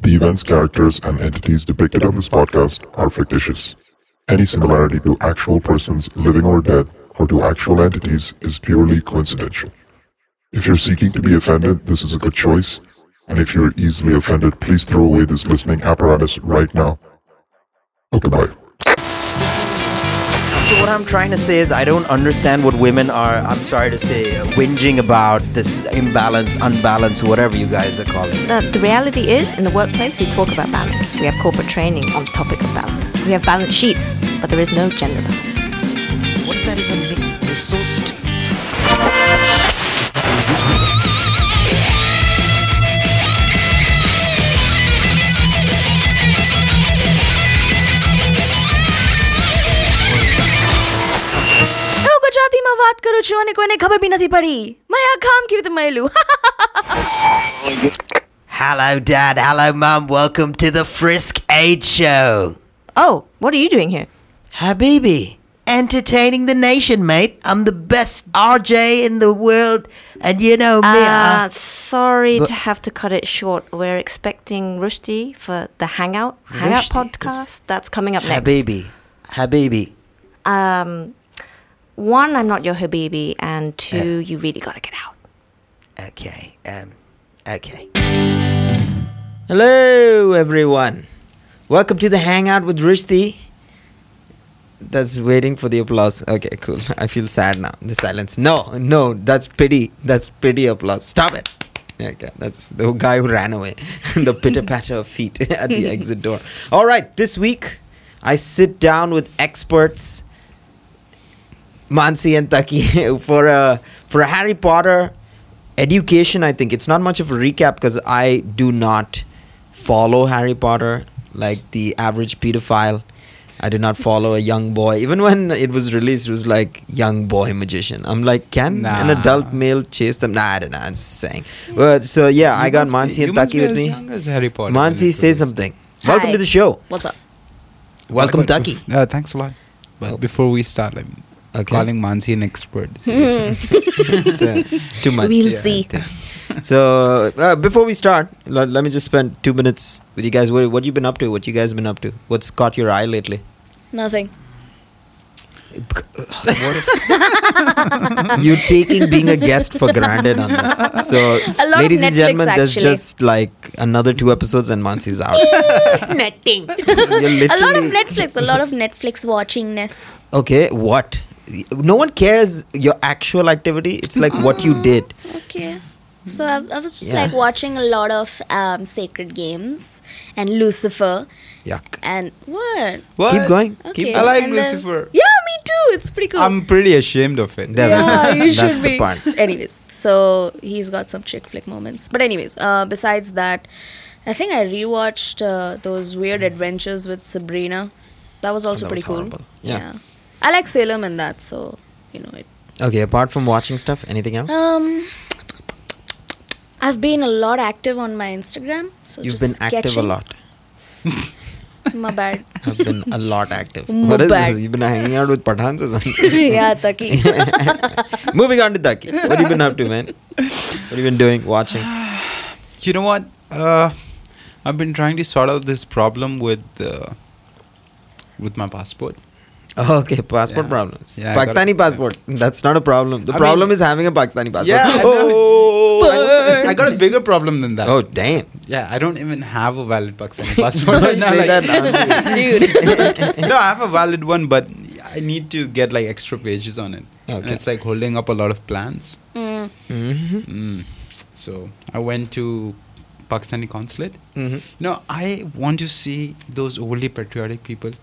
The events, characters, and entities depicted on this podcast are fictitious. Any similarity to actual persons living or dead or to actual entities is purely coincidental. If you're seeking to be offended, this is a good choice. And if you're easily offended, please throw away this listening apparatus right now. Okay, bye. So what I'm trying to say is I don't understand what women are. I'm sorry to say, whinging about this imbalance, unbalance, whatever you guys are calling. it. The, the reality is, in the workplace, we talk about balance. We have corporate training on the topic of balance. We have balance sheets, but there is no gender balance. What does that even mean? You're so stupid. હું ગુજરાતીમાં વાત કરું છું અને કોઈને ખબર બી નથી પડી મને આ કામ કેવી રીતે મળેલું Hello, Dad. Hello, Mum. Welcome to the Frisk Aid Show. Oh, what are you doing here? Habibi, entertaining the nation, mate. I'm the best RJ in the world, and you know me. Uh, I- sorry to have to cut it short. We're expecting Rushdie for the Hangout Hangout Rushdie is- podcast. That's coming up next. Habibi, Habibi. Um, one, I'm not your Habibi, and two, you really got to get out. Eh. Okay. Um. Okay. Hello, everyone. Welcome to the Hangout with Rushdie. That's waiting for the applause. Okay, cool. I feel sad now. The silence. No, no, that's pity. That's pity applause. Stop it. Okay, that's the guy who ran away. the pitter patter of feet at the exit door. All right, this week I sit down with experts Mansi and Taki for a for a Harry Potter education. I think it's not much of a recap because I do not follow Harry Potter like the average pedophile. I do not follow a young boy. Even when it was released, it was like young boy magician. I'm like, can an Nah. adult male chase them? Nah, I don't know. I'm just saying. Well, so yeah, I got Mansi and Taki with me. Mansi, say something. Welcome Hi. to the show. What's up? Welcome, Taki. Uh, thanks a lot. But Oh. before we start, like Okay. calling Mansi an expert. it's, uh, it's too much. We'll Yeah, I see. think. So uh, before we start, let, let me just spend two minutes with you guys. What, what you been up to? What you guys been up to? What's caught your eye lately? Nothing. You're taking being a guest for granted on this. So, A lot of ladies and Netflix, gentlemen, there's actually. just like another two episodes and Mansi's out. Nothing. You're A lot of literally- Netflix. A lot of Netflix watchingness. Okay, what? No one cares your actual activity. It's like what you did. Okay. So I, I was just Yeah. like watching a lot of um, Sacred Games and Lucifer Yuck. and what? Keep going. Keep Okay. I going. like and there's- Lucifer. Yeah, me too. It's pretty cool. I'm pretty ashamed of it. Devin, yeah, you that's should the be. part. Anyways, so he's got some chick flick moments. But anyways, uh, besides that, I think I rewatched uh, those weird adventures with Sabrina. That was also Oh, that pretty was cool. horrible. Yeah. I like Salem and that, so you know it Okay, apart from watching stuff, anything else? Um, I've been a lot active on my Instagram. So You've just been active sketching. a lot. My bad. I've been a lot active. Mm, what is bad. this? You've been hanging out with Pathans or something? yeah, Taki. Moving on to Taki. What have you been up to, man? What have you been doing? Watching? You know what? Uh, I've been trying to sort out this problem with uh, with my passport. Oh, okay, passport Yeah. problems. Yeah, I got Pakistani it. passport. That's not a problem. The I problem mean- is having a Pakistani passport. I oh, got- I got a bigger problem than that. oh, damn. Yeah, I don't even have a valid Pakistani passport. Don't right now, say like- that, Anand. no, I have a valid one, but I need to get like extra pages on it. And Okay. it's like holding up a lot of plans. Mm. Mhm. Mm. So I went to Pakistani consulate. Mhm. You know, I want to see those overly patriotic people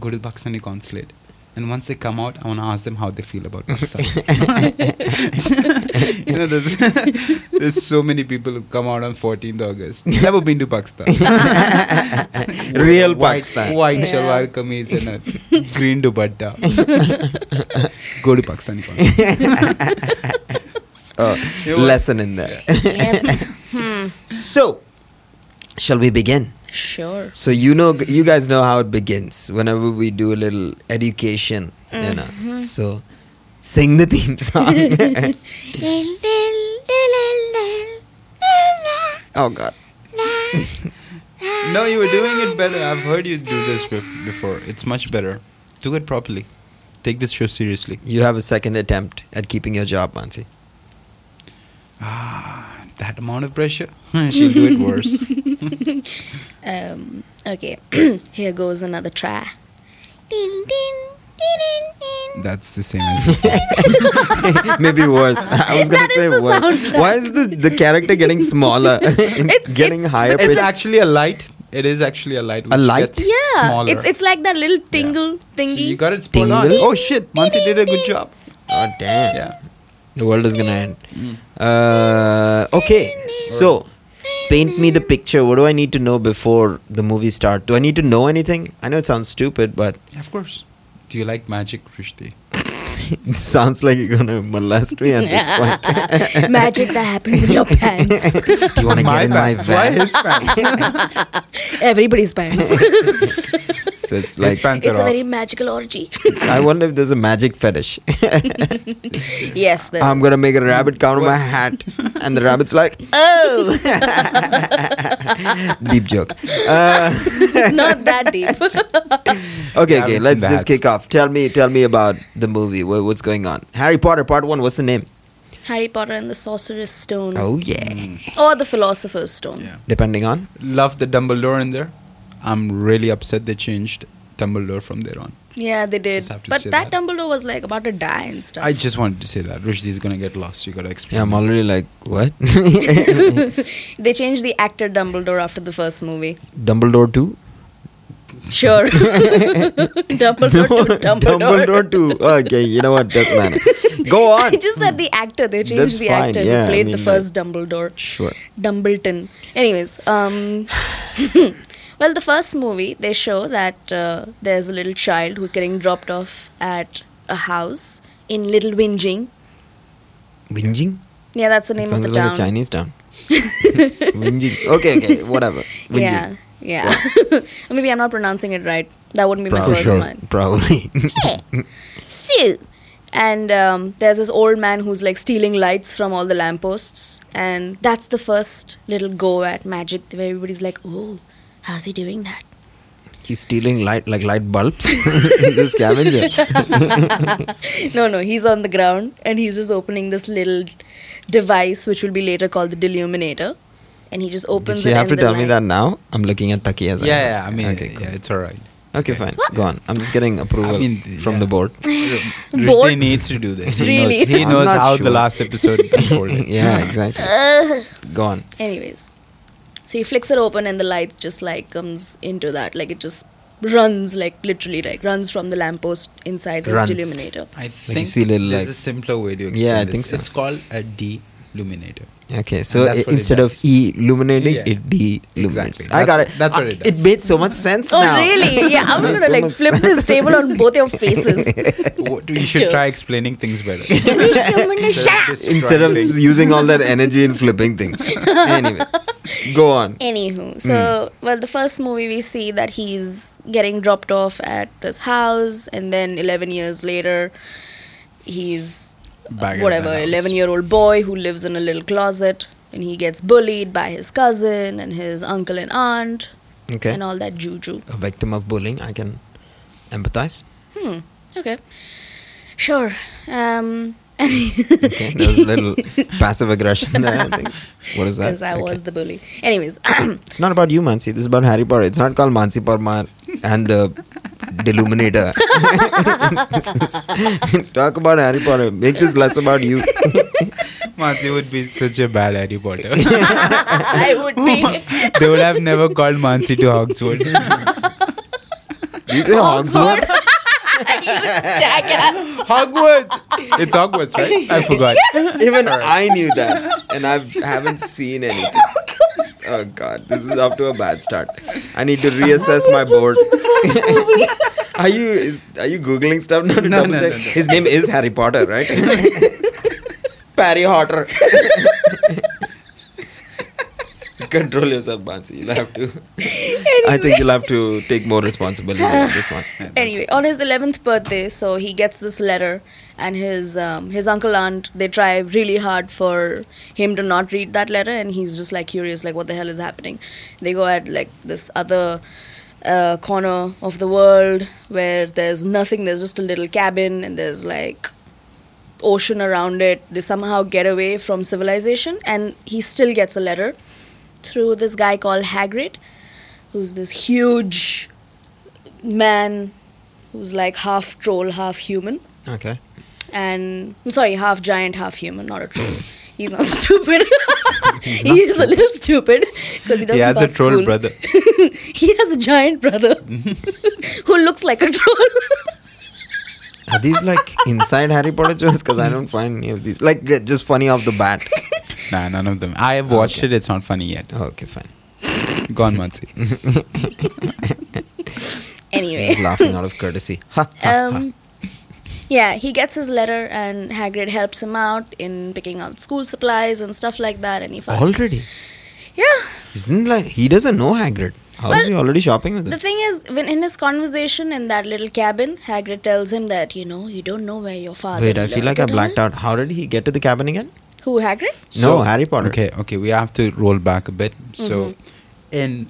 go to the Pakistani consulate. And once they come out, I want to ask them how they feel about Pakistan. you know, there's, there's so many people who come out on 14th August. Never been to Pakistan. Real white, Pakistan. White shalwar kameez and a green dupatta. Go to Pakistani consulate. Oh, You know what? lesson in there. Yep. Hmm. So, shall we begin? Sure. So you know, you guys know how it begins. Whenever we do a little education, you Mm-hmm. know. So, sing the theme song. oh God. No, you were doing it better. I've heard you do this be- before. It's much better. Do it properly. Take this show seriously. You have a second attempt at keeping your job, Mansi. That amount of pressure, she'll do it worse. Um, okay, here goes another try. Ding, ding, ding, ding, ding. That's the same as before. Maybe worse. I was gonna That is say the worse. soundtrack. Why is the, the character getting smaller? it's getting it's- higher It's pitched. actually a light. It is actually a light. Which light? Gets Yeah, smaller. it's it's like that little tingle So thingy. you got it spot on. Tingle? Oh shit, Mansi did a good job. oh damn. Yeah. The world is gonna end. Uh, okay, so paint me the picture. What do I need to know before the movie start? Do I need to know anything? I know it sounds stupid, but Of course. Do you like magic, Rishti? it sounds like you're gonna molest me at this point. Magic that happens in your pants. do you wanna get in my Why van? his pants? Everybody's pants. So it's like his pants it's a are very off. magical orgy. I wonder if there's a magic fetish. yes, there I'm is. gonna make a rabbit count on my hat, and the rabbit's like, "Oh!" Deep joke. Uh, not that deep. okay, Rabbits okay. and Let's bats. just kick off. Tell me, tell me about the movie. Wha- What's going on? Harry Potter Part One. What's the name? Harry Potter and the Sorcerer's Stone, Oh Hmm. yeah. or the Philosopher's Stone. Yeah. Depending on. Love the Dumbledore in there. I'm really upset they changed Dumbledore from there on. Yeah, they did. Just have to But say that, that. Dumbledore was like about to die and stuff. I just wanted to say that. Rishti is gonna get lost. You gotta explain. Yeah, I'm already like what? they changed the actor Dumbledore after the first movie. Dumbledore Two. Sure, Dumbledore to Dumbledore. Dumbledore Two. Okay, you know what? Doesn't matter. Go I on. just said the actor. They changed That's the fine, actor yeah, I who played the mean, first Dumbledore. Sure. Dumbleton. Anyways, um, well, the first movie they show that uh, there's a little child who's getting dropped off at a house in Little Whinging. Whinging. Yeah, that's the name of Sounds the like town. a Chinese town. Whinging. Okay, okay, whatever. Whinging. Yeah, yeah. Maybe I'm not pronouncing it right. That wouldn't be my Probably. first one. Probably. And um, there's this old man who's like stealing lights from all the lampposts. And that's the first little go at magic where everybody's like, oh, how's he doing that? He's stealing light like light bulbs. the scavenger. No, no, he's on the ground and he's just opening this little device which will be later called the deluminator. And he just opens Did you it. have and to the tell me light- that now? I'm looking at Taki as Yeah, I yeah, ask. I mean, okay, cool. yeah, it's alright. okay, fine. Go on. I'm just getting approval I mean, from the yeah. board. Rishti needs to do this. He Really? knows, he I'm knows not how sure. the last episode unfolded. yeah, exactly. Go on. Anyways, so he flicks it open and the light just like comes into that. Like it just runs, like literally, like runs from the lamppost inside this Runs. deluminator. I you think see little, there's like- a simpler way to explain Yeah, I this. think so. It's called a deluminator. Okay, so that's i- what it instead of does. illuminating, Yeah. it de-illuminates. Exactly. I got it. That's- that's what Uh, it does. It made so much sense Oh, now. really? Yeah, I'm Makes gonna so like much flip this table on both your faces. What, you should try explaining things better. Instead of describing instead of things. using all that energy in flipping things. anyway, go on. Eh. Hmm. Anywho, so well, the first movie we see that he's getting dropped off at this house, and then 11 years later, he's uh, Back at whatever that house. 11 year old boy who lives in a little closet, and he gets bullied by his cousin and his uncle and aunt, Okay. and all that juju. A victim of bullying, I can empathize. Hmm. Okay. Sure. Um. And Okay, there's a little passive aggression there. I think. What is that? Because I Okay. was the bully. Anyways, It's not about you, Mansi. This is about Harry Potter. It's not called Mansi Parmar and the Deluminator. Talk about Harry Potter. Make this less about you. Mansi would be such a bad Harry Potter. I would be. they would have never called Mansi to Hogswood. You say Hogsworth? Jackass. Hogwarts! It's Hogwarts, right? I forgot. Even I knew that, and I haven't seen anything. Oh God, this is up to a bad start. I need to reassess my board. are you is, are you googling stuff now to No, double no, check? no, no. His name is Harry Potter, right? Harry Potter. Control yourself, Bansi. You'll have to. I think you'll have to take more responsibility on this one. anyway, on his 11th birthday, so he gets this letter, and his um, his uncle aunt they try really hard for him to not read that letter, and he's just like curious, like what the hell is happening. They go at like this other uh, corner of the world where there's nothing. There's just a little cabin, and there's like ocean around it. They somehow get away from civilization, and he still gets a letter through this guy called Hagrid, who's this huge man who's like half troll, half human. Okay. And I'm sorry, half giant, half human, not a troll. He's not stupid. he is a little stupid because he doesn't. He has a pass troll school. brother. he has a giant brother who looks like a troll. Are these like inside Harry Potter jokes? Because I don't find any of these. Like uh, just funny off the bat. Nah, none of them. I have Ah, watched it. It's not funny yet. Okay, fine. Go on, Mansi. anyway, He's laughing out of courtesy. Ha, ha, ha. um, yeah, he gets his letter, and Hagrid helps him out in picking out school supplies and stuff like that. And he finds Already. yeah. Isn't like he doesn't know Hagrid. How is Well, he already shopping with The him? thing is, when in his conversation in that little cabin, Hagrid tells him that you know you don't know where your father. Wait, I feel like I blacked out. How did he get to the cabin again? Who Hagrid? no, Harry Potter. Okay, okay. We have to roll back a bit. So, in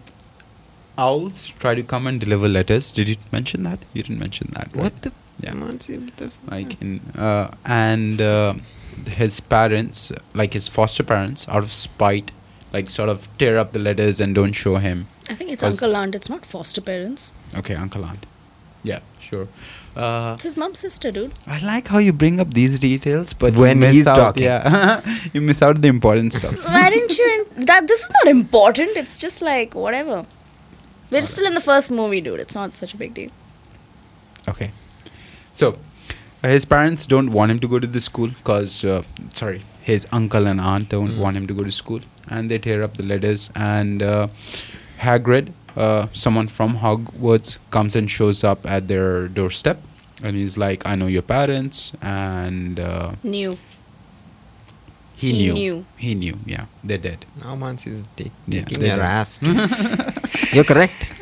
owls try to come and deliver letters. Did you mention that? You didn't mention that. right? What the? Yeah. Mansi, what the- like in uh, and uh, his parents like his foster parents out of spite like sort of tear up the letters and don't show him I think it's As- Uncle Aunt. It's not foster parents. okay uncle aunt yeah sure uh, It's his mom's sister, dude. i like how you bring up these details but you When miss he's out, talking. yeah you miss out the important stuff Why didn't you? In- that this is not important. It's just like whatever. We're still in the first movie, dude. It's not such a big deal. okay so uh, his parents don't want him to go to the school because uh, sorry his uncle and aunt don't Hmm. want him to go to school and they tear up the letters and uh, hagrid uh, someone from hogwarts comes and shows up at their doorstep and he's like i know your parents and uh, New. he, He knew. knew. he knew yeah they're dead Now Mansi is ta- Yeah, taking they your don't. ass. You're correct.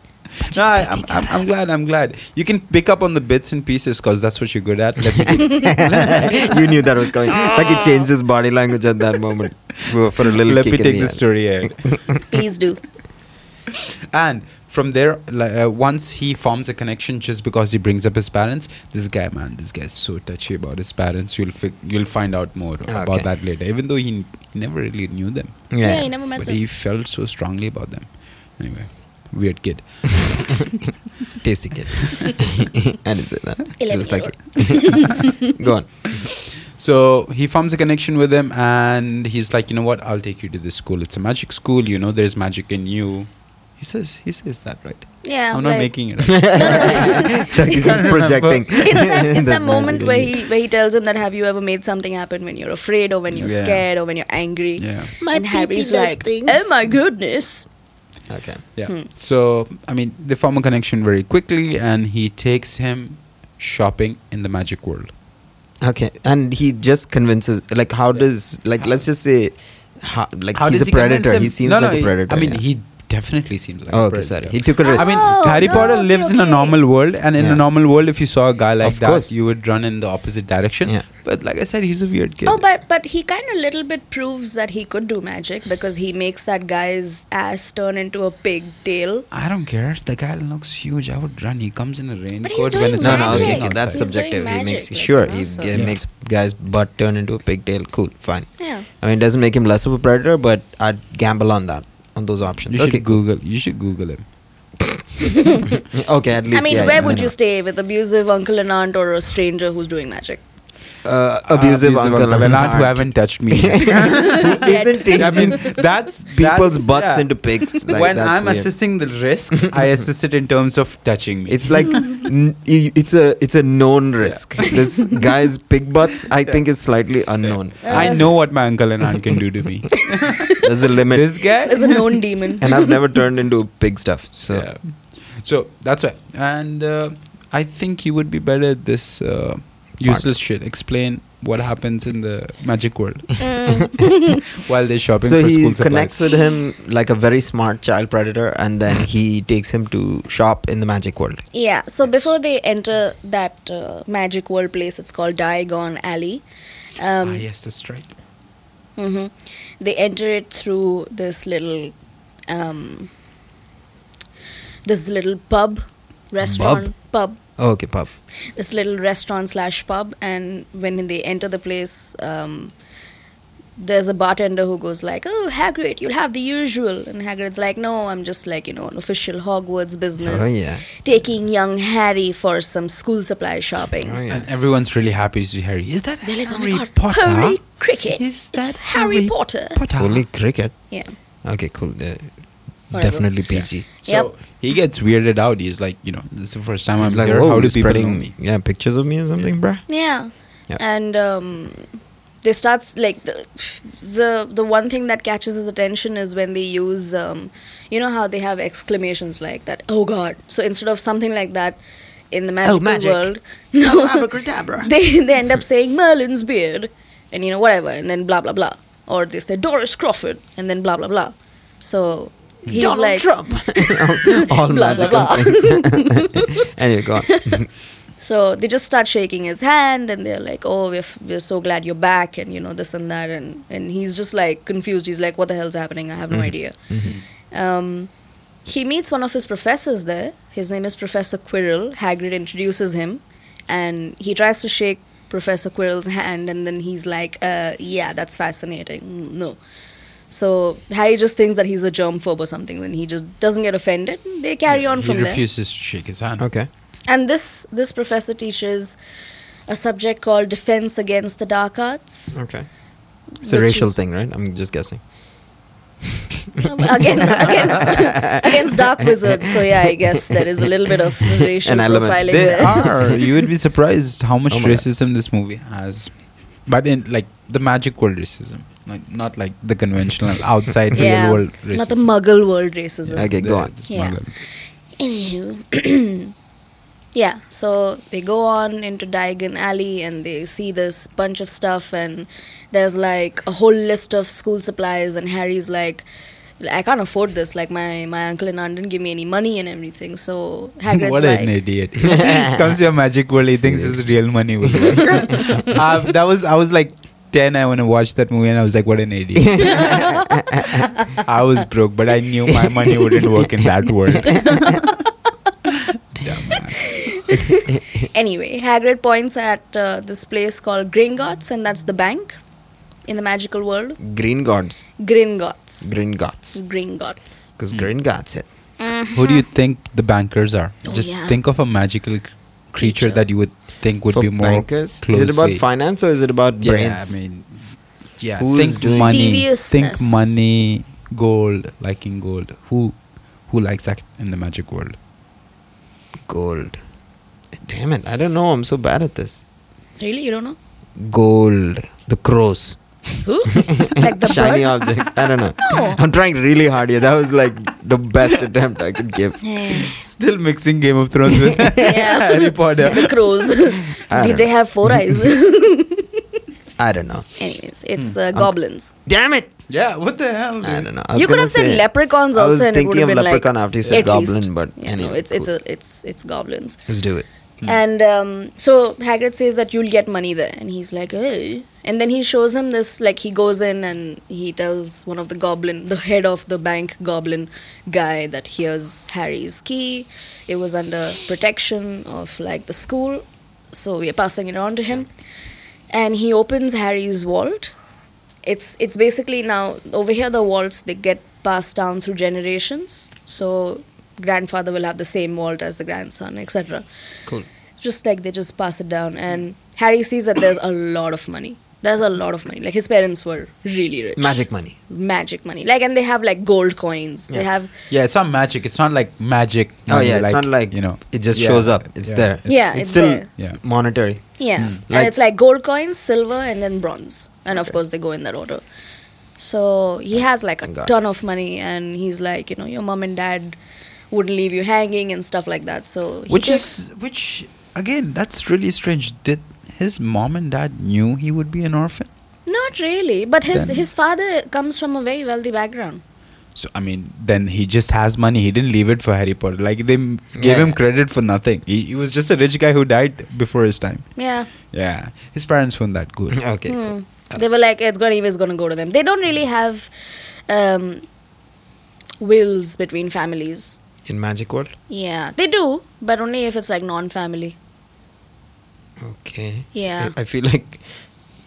no I, am I'm, I'm glad i'm glad you can pick up on the bits and pieces because that's what you're good at let me take, you knew that was coming. Like he changed his body language at that moment for for a little let kick me in take the the ass. story out Please do. And from there, li- uh, once he forms a connection, just because he brings up his parents, this guy, man, this guy's so touchy about his parents. You'll fi- you'll find out more Okay. about that later. Even though he n- never really knew them, Yeah, you never met but them. he felt so strongly about them. Anyway, weird kid. tasty kid. I didn't say that. It was like, go on. So he forms a connection with him, and he's like, you know what? I'll take you to this school. It's a magic school. You know, there's magic in you. He says he says that right. Yeah. I'm like- not making it. up. Like he's just projecting. It's that, it's that That's moment magic. where he where he tells him that have you ever made something happen when you're afraid or when you're Yeah. scared or when you're angry? yeah. My and Harry's like, oh my goodness. Okay. Yeah. So I mean, they form a connection very quickly, and he takes him shopping in the magic world. Okay. And he just convinces, like, how does, like, let's just say, how, like, he's a predator. He seems like a predator. I mean, yeah. he definitely seems like. Oh, a okay, predator. sorry. He took a risk. I mean, Oh, Harry no, Potter okay, lives in a okay. normal world, and in Yeah. a normal world, if you saw a guy like Of that, course. you would run in the opposite direction. Yeah. But like I said, he's a weird kid. Oh, but but he kind of little bit proves that he could do magic because he makes that guy's ass turn into a pig tail. I don't care. The guy looks huge. I would run. He comes in a raincoat doing when it's no, no, magic. okay, okay, that's He's doing subjective. He magic, makes like, sure you know, he so- g- Yeah. makes guys' butt turn into a pigtail. Cool, fine. Yeah. I mean, it doesn't make him less of a predator, but I'd gamble on that, on those options. You okay, should Google. You should Google him. cool. okay. At least. I mean, yeah, where yeah, would I you know. stay with abusive uncle and aunt or a stranger who's doing magic? Uh, abusive, uncle, Well, aunt who haven't touched me. who isn't I mean, taking that's people's that's- butts yeah. into pigs. Like, when that's I'm weird. assessing the risk, I assess it in terms of touching me. It's like n- i- it's a it's a known risk. This guy's pig butts, I think, is slightly unknown. I know what my uncle and aunt can do to me. There's a limit, this guy. There's a known demon. and I've never turned into pig stuff. So Yeah. So that's why, and uh, I think you would be better at this. Uh, smart. Useless shit. Explain what happens in the magic world Mm. while they're shopping so for he school connects with him like a very smart child predator and then he takes him to shop in the magic world Yeah, so before they enter that uh, magic world place, it's called Diagon Alley. Um, ah, yes, that's right. mhm. They enter it through this little, um, this little pub, restaurant, pub, okay pub this little restaurant slash pub, and when they enter the place, um, there's a bartender who goes like, "Oh, Hagrid, you'll have the usual," and Hagrid's like, "No, I'm just like you know an official Hogwarts business." oh yeah taking young Harry for some school supply shopping. oh yeah And everyone's really happy to see Harry. Is that They're like, oh Harry my god, Potter? Harry Cricket. Is It's that Harry, Potter? Potter? only cricket Yeah. okay cool uh, Whatever. definitely pg So Yep. he gets weirded out. He's like, you know, this is the first time He's I'm like, here. "Whoa, How do you're people know spreading, me? yeah pictures of me or something bruh Yeah. Yeah. And um, they start s- like the, the the one thing that catches his attention is when they use um, you know how they have exclamations like that. Oh God! So instead of something like that in the magical Oh, magic. world, no, they they end up saying Merlin's beard, and you know whatever, and then blah blah blah, or they say Doris Crawford, and then blah blah blah. So he's like, all Blah, blah, magical blah. things anyway go on So they just start shaking his hand and they're like, oh, we're, f- we're so glad you're back and, you know, this and that. And, and he's just like confused. He's like, what the hell's happening? I have Mm-hmm. no idea. Um, he meets one of his professors there. His name is Professor Quirrell. Hagrid introduces him and he tries to shake Professor Quirrell's hand and then he's like, uh, yeah, that's fascinating. Mm, No. So Harry just thinks that he's a germphobe or something and he just doesn't get offended. They carry on he from there refuses to shake his hand. okay and this this professor teaches a subject called defense against the dark arts okay it's a Which racial is- thing right i'm just guessing against against against dark wizards so yeah i guess there is a little bit of racial An element. profiling They There there are. You would be surprised how much Oh my God. racism this movie has, but in like the magic world racism, like not like the conventional outside yeah real world racism. not the muggle world racism Okay, go The- on. this Yeah. muggle. Anywho. yeah, so they go on into Diagon Alley and they see this bunch of stuff, and there's like a whole list of school supplies, and Harry's like, I can't afford this. Like my, my uncle and aunt didn't give me any money and everything. So Hagrid's what like, an idiot! Comes to a magic world, he thinks it's real money. uh, that was I was like ten. I when I watched that movie, and I was like, "What an idiot!" I was broke, but I knew my money wouldn't work in that world. Dumbass. Anyway, Hagrid points at uh, this place called Gringotts, and that's the bank in the magical world. green gods Gringotts. green gods Mm. Gringotts. because green gods it Who do you think the bankers are? Oh, Just yeah. think of a magical c- creature Creature. that you would think would For be more bankers? close. is it about way. finance or is it about Yeah, brains I mean, yeah. Who's think doing- money. Think Deviousness. money, gold, liking gold. Who, who likes that in the magic world? gold damn it i don't know i'm so bad at this Really? You don't know? gold the crows Who? like the shiny bird? Oh. objects i don't know No. i'm trying really hard here that was like the best attempt i could give Still mixing Game of Thrones with Yeah. Harry Potter. the I crows. Did don't they have four eyes? i don't know Anyways, it's uh, goblins. damn it Yeah, what the i hell? dude? don't know Hmm. I was You could gonna have said say- leprechauns I was also, and it would thinking have of been leprechaun like after you said at goblin, least. but yeah, no, anyway, it's it's cool. a it's it's goblins. let's do it And um, so Hagrid says that you'll get money there, and he's like, hey. And then he shows him this, like he goes in and he tells one of the goblin, the head of the bank goblin guy, that here's Harry's key. It was under protection of like the school, so we are passing it on to him. And he opens Harry's vault. It's it's basically now over here the vaults they get passed down through generations. So grandfather will have the same vault as the grandson, etc cool just like they just pass it down and harry sees that there's a lot of money there's a lot of money like his parents were really rich magic money magic money like and they have like gold coins they Yeah. have Yeah, it's not magic. It's not like magic. oh money, yeah it's not like you know. it just Yeah, shows up it's yeah. there Yeah, it's, it's still there. Yeah. monetary yeah Hmm. Like- and it's like gold coins silver and then bronze and of course they go in that order so he has like a Thank God. ton of money and he's like you know your mom and dad wouldn't leave you hanging and stuff like that so he Which just- is which again? That's really strange. Did his mom and dad knew he would be an orphan? Not really, but his Then- his father comes from a very wealthy background. So I mean, then he just has money. He didn't leave it for Harry Potter. Like they m- gave Yeah. him credit for nothing. He, he was just a rich guy who died before his time. Yeah. Yeah, his parents weren't that good. okay. Hmm. They were like, it's gonna always gonna go to them. They don't really have um, wills between families. In Magic World. Yeah, they do, but only if it's like non-family. Okay. Yeah. I I feel like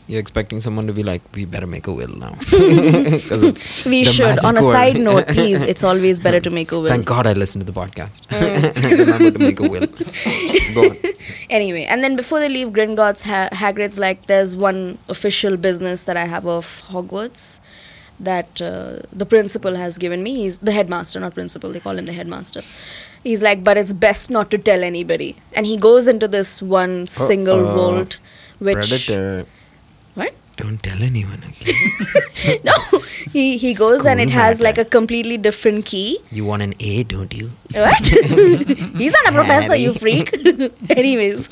you're expecting someone to be like, we better make a will now. 'Cause of We the should. On magic a world. side note, please, it's always better to make a will. Thank God I listened to the podcast. Remember to make a will. Go on. Anyway, and then before they leave, Gringotts, ha- Hagrid's like, there's one official business that I have of Hogwarts that uh, the principal has given me. He's the headmaster, not principal. They call him the headmaster. He's like, but it's best not to tell anybody. And he goes into this one single Uh-oh. vault, which Predator. what? Don't tell anyone. Okay. no, he he goes and it School has like a matter. completely different key. You want an A, don't you? What? He's not a professor, you Harry. freak. Anyways.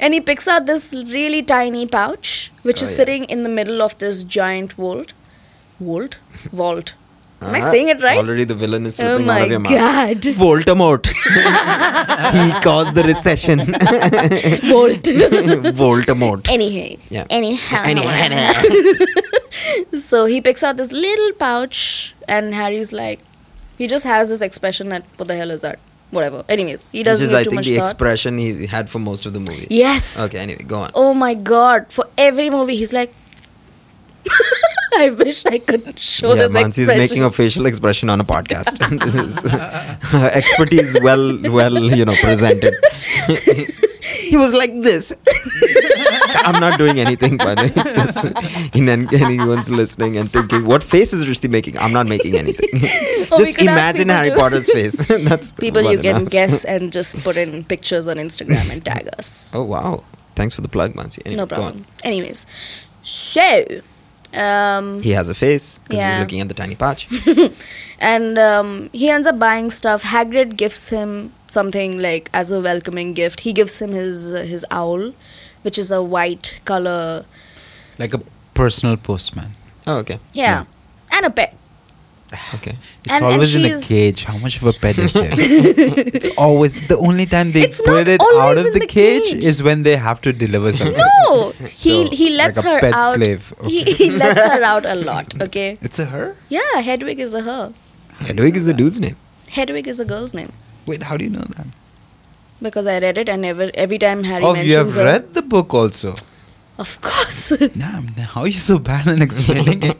and he picks out this really tiny pouch, which Oh, is yeah. sitting in the middle of this giant vault. Vault? Vault. Am I Ah, saying it right? Already the villain is oh slipping out my of your mouth. god. Voldemort. he caused the recession. Vault. Voldemort. Anyhow. Yeah. Anyhow. Anyhow. So he picks out this little pouch, and Harry's like, he just has this expression that, what the hell is that? Whatever. Anyways, he Which doesn't is, give I too think, much the thought. expression he had for most of the movie. yes. Okay, anyway, go on. oh my god for every movie he's like i wish i could show yeah, this Mansi is expression making a facial expression on a podcast. this is her expertise well, well, you know, presented. he was like this. I'm not doing anything, by the way. Just, in an- anyone's listening and thinking, what face is Rishti making? I'm not making anything. Or Oh, we Just could ask imagine people Harry to- Potter's face. That's people one you can enough. guess and just put in pictures on instagram and tag us Oh wow! Thanks for the plug, Mansi. Anyway, no go problem on. anyways so um He has a face because Yeah. he's looking at the tiny patch. and um, he ends up buying stuff hagrid gives him something like as a welcoming gift he gives him his his owl which is a white color Like a personal postman. Oh, okay. yeah. Hmm. and a pet Okay. It's And- and always in a she's- cage. How much of a pet is it? it's always the only time they It's put not it out always of in the, the cage, cage. is when they have to deliver something. No, Oh, he So, he lets like a her pet out. slave. He, he lets her out a lot. Okay. It's a her. Yeah, Hedwig is a her. Hedwig is the dude's name. Hedwig is a girl's name Wait, how do you know that? because I read it and every every time Harry Oh, mentions you have her, read the book also. Of course. Nah, man, how are you so bad on explaining it?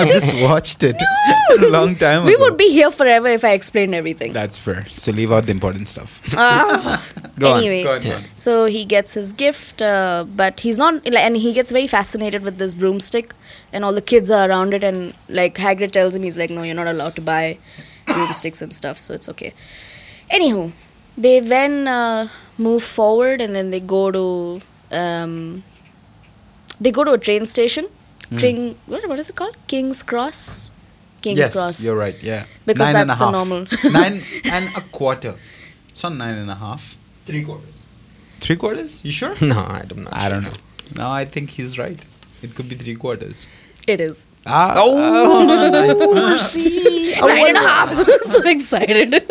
I've just watched it a long time we ago. would be here forever if I explained everything. That's fair. So leave out the important stuff. Ah. Go on, anyway, go on, go on. so he gets his gift, uh, but he's not, and he gets very fascinated with this broomstick, and all the kids are around it, and like Hagrid tells him, he's like, no, you're not allowed to buy broomsticks and stuff, so it's okay. Anywho, they then uh, move forward, and then they go to, um, they go to a train station. Hmm. King, what, what is it called? King's Cross. King's yes, Cross. you're right. Yeah, Because Nine and that's the a half. normal. nine and a quarter. It's not nine and a half. Three quarters. Three quarters? You sure? No, I don't know. I don't know. No, I think he's right. It could be three quarters. It is. Ah, Nine and a half. so excited.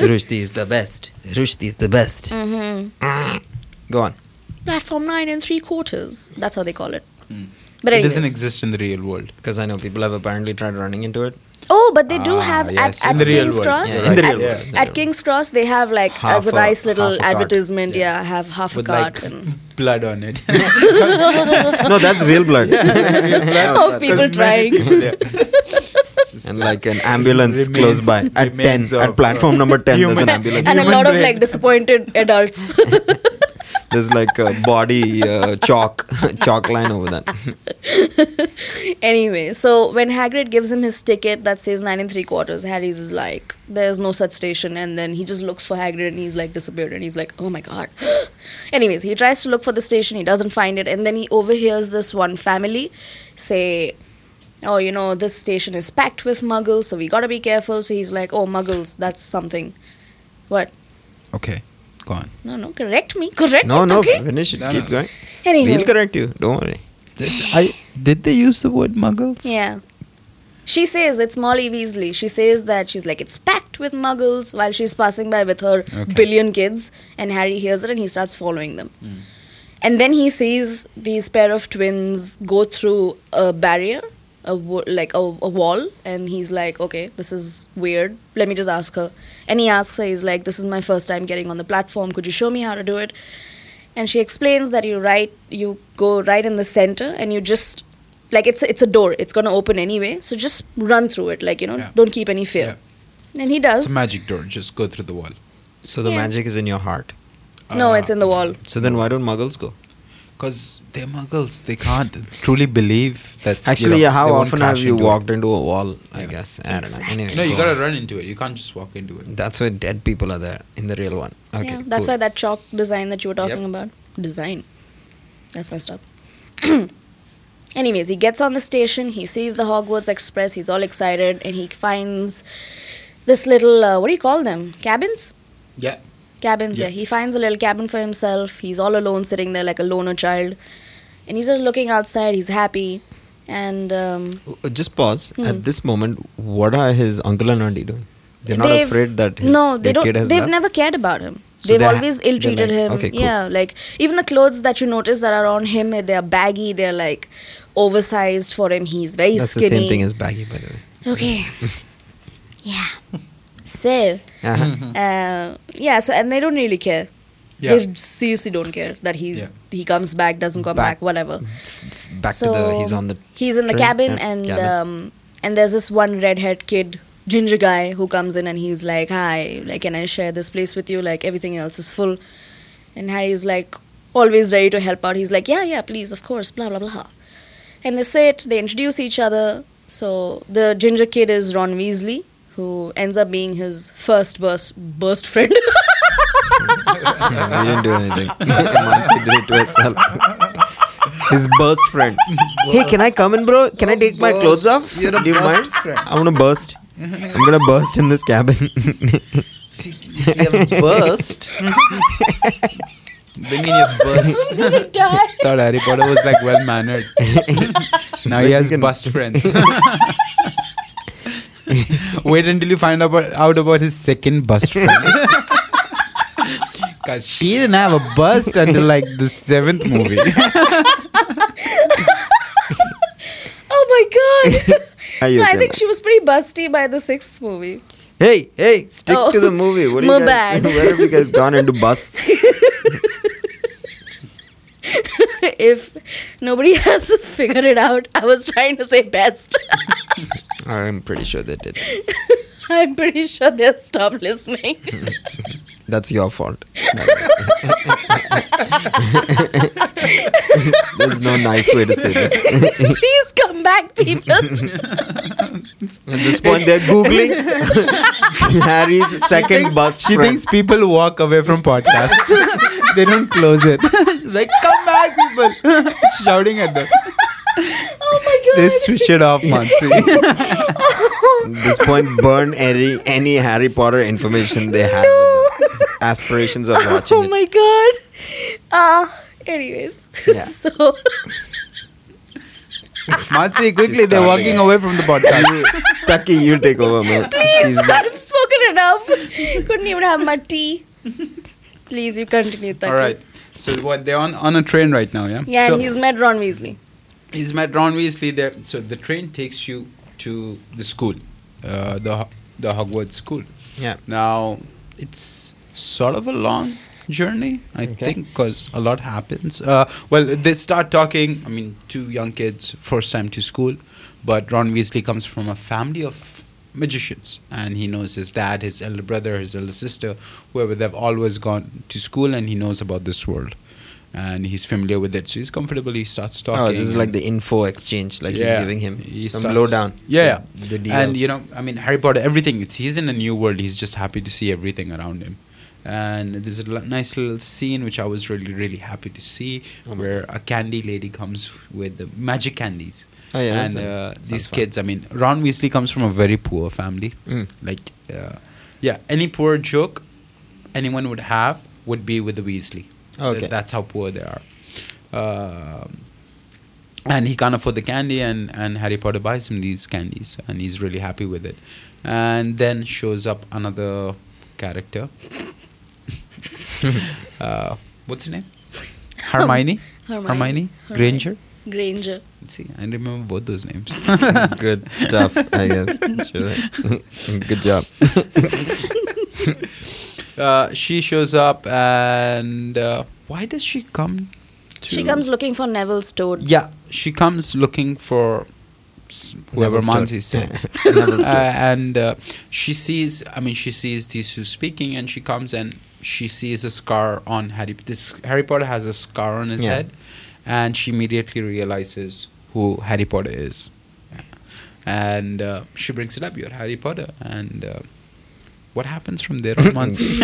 Rushdie is the best. Rushdie is the best. Mm-hmm. Go on. platform nine and three quarters. That's how they call it. But Hmm. It anyways. doesn't exist in the real world. Because I know people have apparently tried running into it. Oh, but they do Ah, have yes, at, in at the real King's world. Cross. Yeah, in the at, real world. at Yeah. King's Cross, they have like Half as a, a- nice little half a cart. advertisement. Yeah. have half a With cart like and blood on it. no, that's real blood. of people trying. Yeah. and like an ambulance close Remains- by at remains 10, at of, platform uh, number 10, there's human- an ambulance. and a Human lot of brain. like disappointed adults. There's like a body uh, chalk, chalk line over that. anyway, so when Hagrid gives him his ticket that says nine and three quarters, Harry's is like, "There's no such station," and then he just looks for Hagrid and he's like disappeared, and he's like, "Oh my god." Anyways, he tries to look for the station, he doesn't find it, and then he overhears this one family say. Oh, you know, this station is packed with muggles, so we gotta be careful. So he's like, Oh, muggles, that's something. What? Okay. Go on. No, no, correct me. Correct No, me. no, okay? finish it. No, Keep no. going. Anyway. We'll correct you. Don't worry. I did they use the word muggles? Yeah. She says it's Molly Weasley. She says that she's like it's packed with muggles while she's passing by with her Okay. billion kids and Harry hears it and he starts following them. And then he sees these pair of twins go through a barrier, a wo- like a, a wall and he's like okay, this is weird. Let me just ask her. And he asks her he's like this is my first time getting on the platform. Could you show me how to do it? and she explains that you right you go right in the center and you just like it's a, it's a door it's going to open anyway so just run through it like you know Yeah. don't keep any fear and he It's a does magic door. Just go through the wall. So the Yeah. magic is in your heart. uh, no it's in the wall So then why don't muggles go? Because they're muggles. They can't truly believe that. you Actually, know, yeah, how they won't often have crash you into it. walked into a wall, I Yeah. guess? I don't know. Anyway, No, you go gotta on. run into it. You can't just walk into it. That's why dead people are there in the real one. Okay. yeah that's cool. why that chalk design that you were talking Yep. about design that's messed up anyways he gets on the station he sees the hogwarts express he's all excited and he finds this little uh, what do you call them cabins Yeah. cabins yeah. Yeah. he finds a little cabin for himself he's all alone sitting there like a loner child and he's just looking outside he's happy and um, Uh, Just pause. At this moment, what are his uncle and auntie doing? They're not they've- afraid that his no they their don't kid has they've left? never cared about him So they've they're ha- always they're ill-treated like, him okay, cool. yeah like even the clothes that you notice that are on him they are baggy they're like oversized for him he's very That's skinny the same thing as baggy, by the way. okay yeah so Mm-hmm. Uh-huh. uh, yeah so and they don't really care Yeah. they seriously don't care that he's Yeah. he comes back doesn't come Back. Mm-hmm. back whatever Back to the he's on the he's in the train, cabin yeah, and cabin. um and there's this one redhead kid ginger guy who comes in and he's like hi like can i share this place with you like everything else is full and harry's like always ready to help out he's like yeah yeah please of course blah blah blah and they sit they introduce each other so the ginger kid is ron weasley who ends up being his first burst burst friend No, we didn't do anything. Mansi did it to herself. His burst friend. Hey, can I come in, bro? Can I take my clothes off? You're a do you burst mind? friend. I want to burst. I'm gonna burst in this cabin. burst. Bring in your burst. Thought Harry Potter was like well mannered. now he has Speaking- bust friends. Wait until you find about, out about his second bust friend. Cause she didn't have a bust until like the seventh movie. oh my god Are you i okay, think Mansi? she was pretty busty by the sixth movie hey, hey, stick Oh, to the movie. What do my you guys? bad. Where have you guys gone into busts? if nobody has figured it out, I was trying to say best. I'm pretty sure they did. I'm pretty sure they'll stop listening. That's your fault. There's no nice way to say this. Please come back, people. At this point, they're googling Harry's second bust. she friend. thinks people walk away from podcasts. they don't close it. like come back, people! Shouting at them. Oh my god. They switch it off, Mansi. At this point, burn any any Harry Potter information they have. with them. Aspirations of watching oh it. my god. Ah, anyways. Yeah. So Mansi, quickly, they're walking away from the podcast. Taki, you take over, man. please, She's- I've spoken enough. Couldn't even have my tea. Please, you continue. Taki. All right. So what? They're on, on a train right now, yeah. Yeah, So and he's met Ron Weasley. he's met Ron Weasley there. So the train takes you to the school, uh, the Ho- the Hogwarts school. Yeah. Now it's sort of a long journey, I think 'cause think, because a lot happens. Uh, well, they start talking. I mean, two young kids, first time to school, but Ron Weasley comes from a family of magicians, and he knows his dad, his elder brother, his elder sister, whoever they've always gone to school, and he knows about this world. And he's familiar with it, so he's comfortable. He starts talking. Oh, this is and- like the info exchange. Like he's giving him he some starts- lowdown. Yeah, yeah. The deal. And you know, I mean, Harry Potter, everything. It's, he's in a new world. He's just happy to see everything around him. And there's a li- nice little scene which I was really, really happy to see, Oh where a candy lady comes with the magic candies. Oh, yeah, that's and a- uh, sounds these fun. kids, I mean, Ron Weasley comes from a very poor family. Mm. Like, uh, yeah, any poor joke anyone would have, would be with the Weasley. Okay. Th- that's how poor they are. Um and he can't afford the candy, and, and Harry Potter buys him these candies, and he's really happy with it. And then shows up another character. uh, what's her name? Hermione? Hermione. Granger? Granger. See, I remember both those names. Good stuff, I guess. Sure. Good job. uh, she shows up, and uh, why does she come? To She comes looking for Neville's toad. Yeah, she comes looking for s- whoever Neville's Manzi toad. said. Neville's uh, toad. and uh, she sees, I mean, she sees these two speaking, and she comes and she sees a scar on Harry. This Harry Potter has a scar on his Yeah. head, and she immediately realizes who Harry Potter is, and uh, she brings it up. You're Harry Potter, and uh, what happens from there on, Manzi?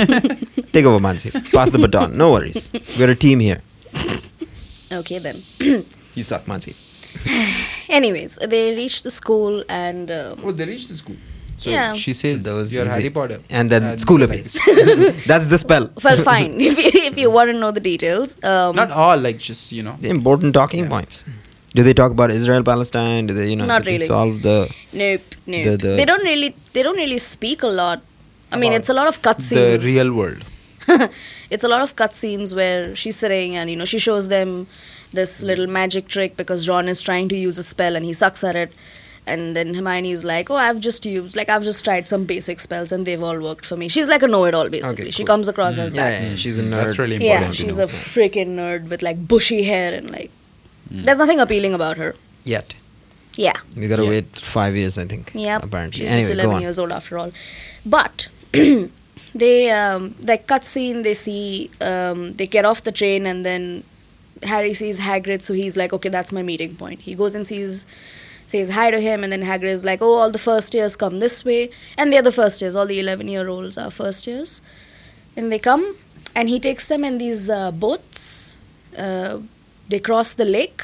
Take over, Mansi. Pass the baton. No worries. We're a team here. Okay then. You suck, Mansi. Anyways, they reach the school and uh, Oh, they reach the school. So Yeah. she says, That was "You're easy. Harry Potter," And then school they're like, appears. That's the spell. well, fine. if you, if you want to know the details, um, Not all, like just you know. The important talking points. Do they talk about Israel Palestine? Do they, you know, Not did they really. solve the nope, nope. The- the- they don't really they don't really speak a lot. I mean, it's a lot of the cutscenes. real world. it's a lot of cutscenes where she's sitting and you know she shows them Mm. this little magic trick because Ron is trying to use a spell and he sucks at it. And then Hermione is like, "Oh, I've just used like I've just tried some basic spells and they've all worked for me." She's like a know-it-all basically. She cool. comes across Mm. as that. yeah, yeah, she's a nerd. That's really important. Yeah, to she's know. a freaking nerd with like bushy hair and like. There's nothing appealing about her. Yet. Yeah. We gotta Yeah. wait five years, I think. Yeah. Apparently. She's anyway, just go 11 on. years old after all. But they, um, that cutscene, they see, um, they get off the train and then Harry sees Hagrid, so he's like, okay, that's my meeting point. He goes and sees. Says hi to him, and then Hagrid is like, "Oh, all the first years come this way, and they're the first years. All the eleven-year-olds are first years, and they come, and he takes them in these uh, boats. Uh, they cross the lake,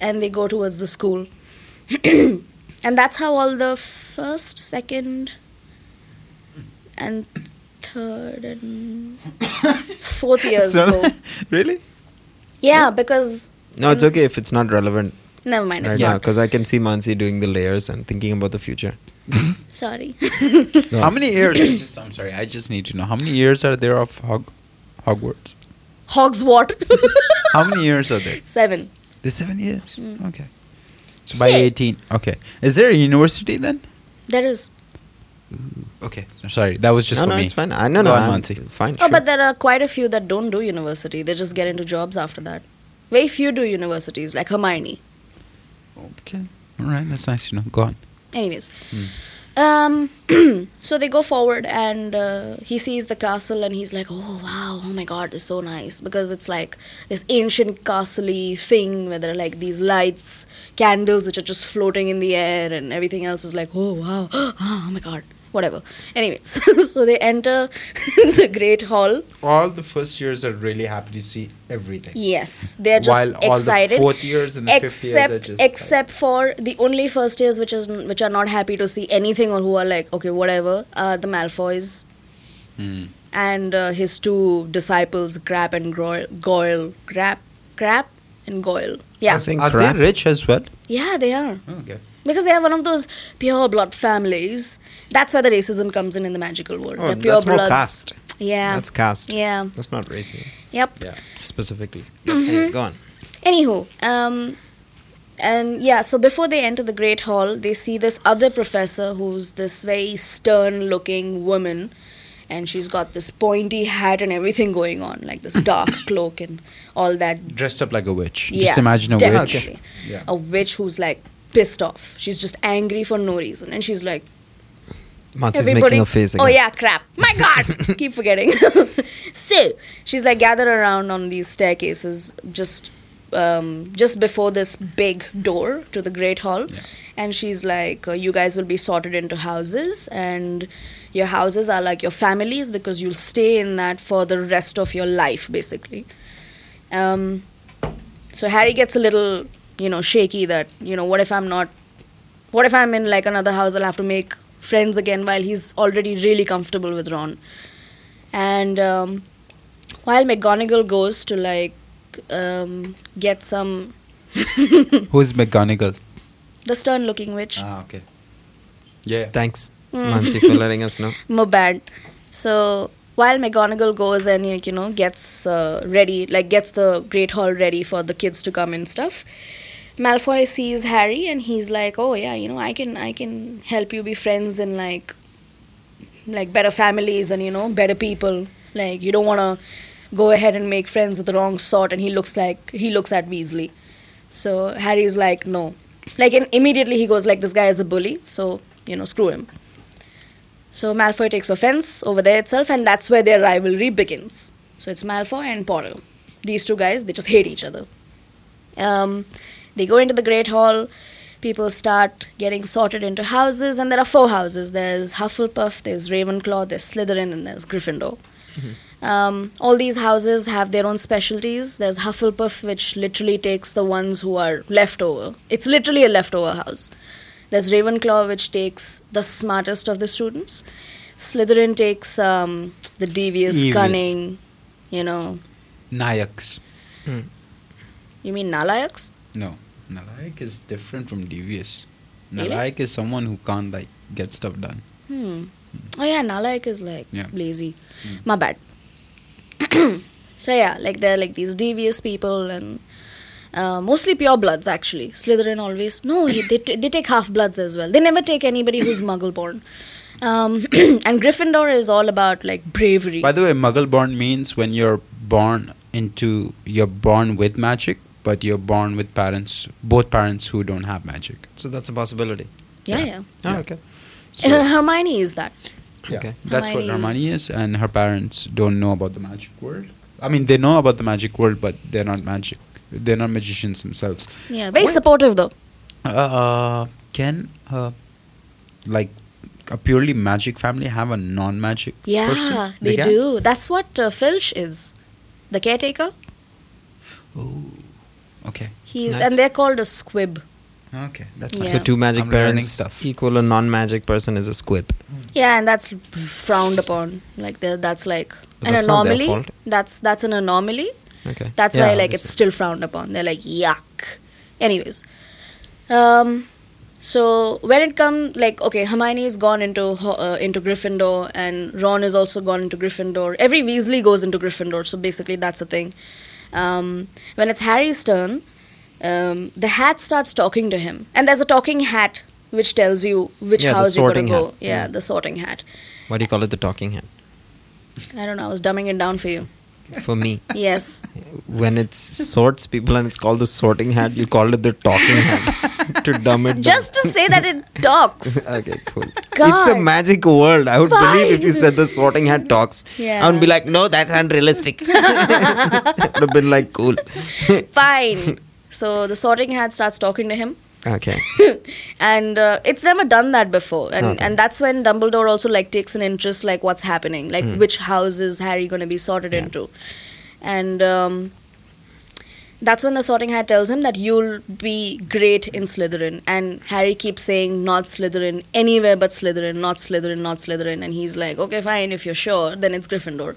and they go towards the school. and that's how all the first, second, and third and fourth years go. really? Yeah, because No, it's okay if it's not relevant never mind. right It's now not. because I can see Mansi doing the layers and thinking about the future. Sorry, How many years? I just, I'm sorry. I just need to know how many years are there of Hog, Hogwarts? Hogswart How many years are there? seven. There's seven years. Okay. So by by Shit. eighteen. Okay. Is there a university then? That is. Okay. Sorry, that was just no, for no, me. it's fine. I no, Go no, on, I'm Mansi. fine. Oh, sure. but there are quite a few that don't do university. They just get into jobs after that. Very few do universities, like Hermione. Okay. All right. That's nice to know. Go on. Anyways, um, so they go forward, and uh, he sees the castle, and he's like, "Oh wow, oh my god, it's so nice!" Because it's like this ancient castle-y thing where there are like these lights, candles which are just floating in the air, and everything else is like, "Oh wow, oh my god." Whatever. Anyways, so they enter the great hall. All the first years are really happy to see everything. Yes, they are just While all the excited. fourth years and the except, fifth years are just like- except for the only first years which is which are not happy to see anything or who are like okay whatever uh, the Malfoys Hmm. and uh, his two disciples Grap and Groil, Goyle Grap Grap and Goyle. Yeah, I'm saying Are crap. they rich as well? yeah, they are Okay. because they are one of those pure blood families. That's where the racism comes in in the magical world. Oh, They're pure that's more bloods. caste. Yeah, That's caste. Yeah. That's not racism Yep. specifically. Mm-hmm. Anyway, go on. Anywho, um, and yeah, so before they enter the Great Hall, they see this other professor who's this very stern looking woman, and she's got this pointy hat and everything going on, like this dark cloak and all that. Dressed up like a witch. Yeah, just imagine a definitely. witch. Yeah. A witch who's like pissed off. She's just angry for no reason, and she's like, Mansi's making a face again. Oh yeah, crap. My god. Keep forgetting. so she's like gathered around on these staircases just um, just before this big door to the great hall and she's like uh, you guys will be sorted into houses and your houses are like your families because you'll stay in that for the rest of your life basically um, so harry gets a little you know shaky that you know what if i'm not what if i'm in like another house i'll have to make friends again while he's already really comfortable with ron and um, while McGonagall goes to like um, get some Who's McGonagall? the stern-looking witch. Ah, okay. Yeah. Thanks, Mm. Mansi, for letting us know. more bad. So while McGonagall goes and like, you know gets uh, ready, like gets the Great Hall ready for the kids to come and stuff, Malfoy sees Harry and he's like, "Oh yeah, you know I can I can help you be friends and like like better families and you know better people. Like you don't want to go ahead and make friends with the wrong sort." And he looks like he looks at Weasley. So Harry's like, "No." Like and immediately he goes like, "This guy is a bully, so you know screw him." So Malfoy takes offense over there itself, and that's where their rivalry begins. So it's Malfoy and Portal. These two guys, they just hate each other. Um, they go into the Great Hall. People start getting sorted into houses, and there are four houses. There's Hufflepuff, there's Ravenclaw, there's Slytherin, and there's Gryffindor. Um, all these houses have their own specialties. There's Hufflepuff, which literally takes the ones who are left over. It's literally a leftover house. There's Ravenclaw, which takes the smartest of the students. Slytherin takes um, the devious, Evil. cunning, you know. Nayaks. You mean Nalayaks? No. Nalayak is different from devious. Nalayak is someone who can't like get stuff done. Hmm. Oh yeah, Nalayak is like Yeah. lazy. My bad. so yeah, like they're like these devious people and uh, mostly pure bloods actually. Slytherin always no, he- they t- they take half bloods as well. They never take anybody who's muggle born. Um, and Gryffindor is all about like bravery. By the way, muggle born means when you're born into you're born with magic, but you're born with parents both parents who don't have magic. So that's a possibility. yeah, yeah. Oh, Yeah. okay. So, Hermione is that. yeah, that's what Hermione Hermione is and her parents don't know about the magic world. I mean they know about the magic world but they're not magic they're not magicians themselves. Yeah, very Wait. supportive though. Uh, can uh, like a purely magic family have a non-magic Yeah, person? they, can? do. That's what uh, Filch is, the caretaker. Oh, okay. He Nice. and they're called a squib. Okay, that's Yeah. nice. So two magic I'm learning parents stuff. equal a non-magic person is a squib. Yeah, and that's frowned upon. Like the, that's like But an that's not their anomaly. fault. That's that's an anomaly. Okay. That's Yeah, why like it's obviously. still frowned upon. They're like yuck. Anyways, um, so when it comes like okay, Hermione's gone into ho- uh, into Gryffindor, and Ron is also gone into Gryffindor. Every Weasley goes into Gryffindor. So basically, that's the thing. Um, when it's Harry's turn, um, the hat starts talking to him, and there's a talking hat which tells you which Yeah, the house you're gonna sorting go. hat. Yeah, Yeah. the sorting hat. Why do you call it the talking hat? I don't know. I was dumbing it down for you. For me, Yes. when it sorts people and it's called the sorting hat, you call it the talking hat to dumb it down. Just to say that it talks. okay, cool. It's a God. magic world. I would believe if you Fine. said the sorting hat talks. Yeah. I would be like, no, that's unrealistic. I would have been like, cool. Fine. So the sorting hat starts talking to him. okay. and uh, it's never done that before and, Okay. and that's when dumbledore also like takes an interest like what's happening like which house is harry going to be sorted into and um, that's when the sorting hat tells him that you'll be great in slytherin and harry keeps saying not slytherin anywhere but slytherin not slytherin not slytherin and he's like okay fine if you're sure then it's gryffindor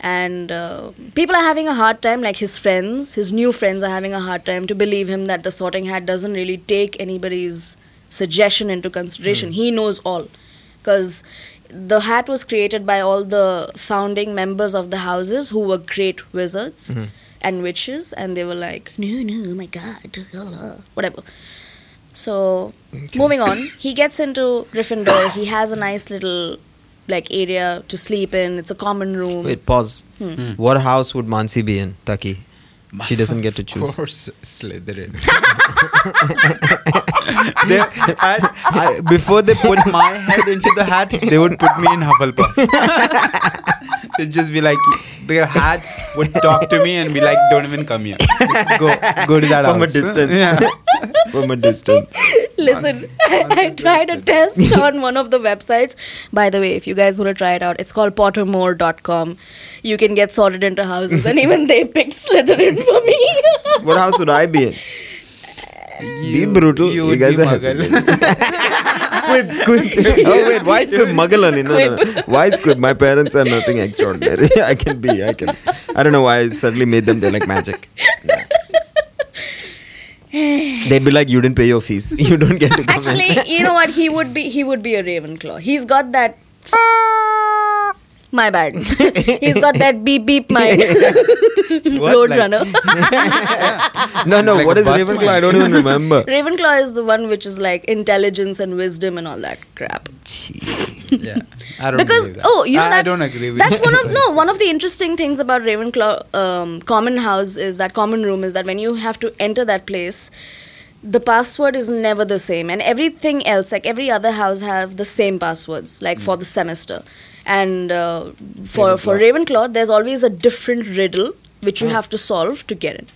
and uh, people are having a hard time like his friends his new friends are having a hard time to believe him that the sorting hat doesn't really take anybody's suggestion into consideration he knows all because the hat was created by all the founding members of the houses who were great wizards and witches and they were like no no my god uh, whatever so moving on, he gets into Gryffindor. He has a nice little like area to sleep in. It's a common room. Wait, pause. Hmm. What house would Mansi be in, Taki? She doesn't get to Of choose. course, Slytherin. They- I, I, before they put my head into the hat, they would put me in Hufflepuff. They'd just be like, the hat would talk to me and be like, "Don't even come here. Just go, go to that From a house." distance. Yeah. From a distance. Listen, I tried a test on one of the websites. By the way, if you guys want to try it out, it's called Pottermore.com. You can get sorted into houses, and even they picked Slytherin for me. What house would I be in? be brutal. You, would guys be are Muggle. hazardous. Squib, squib. Oh wait, why squib? Magalan. No, no, no. Why squib? My parents are nothing extraordinary. I can be. I can. I don't know why I suddenly made them. They're like magic. Yeah. They'd be like, you didn't pay your fees. You don't get to come in. Actually, you know what? He would be he would be a Ravenclaw. He's got that. My bad. He's got that beep beep mind. What? Like- Roadrunner. No, no. Like what a is bus Ravenclaw? man. I don't even remember. Ravenclaw is the one which is like intelligence and wisdom and all that crap. yeah, I don't because agree with that. oh, you know I, that's, I don't agree with that's that. one of no one of the interesting things about Ravenclaw um, common house is that common room is that when you have to enter that place, the password is never the same, and everything else like every other house have the same passwords like for the semester, and uh, for for Ravenclaw there's always a different riddle which you Hmm. have to solve to get in.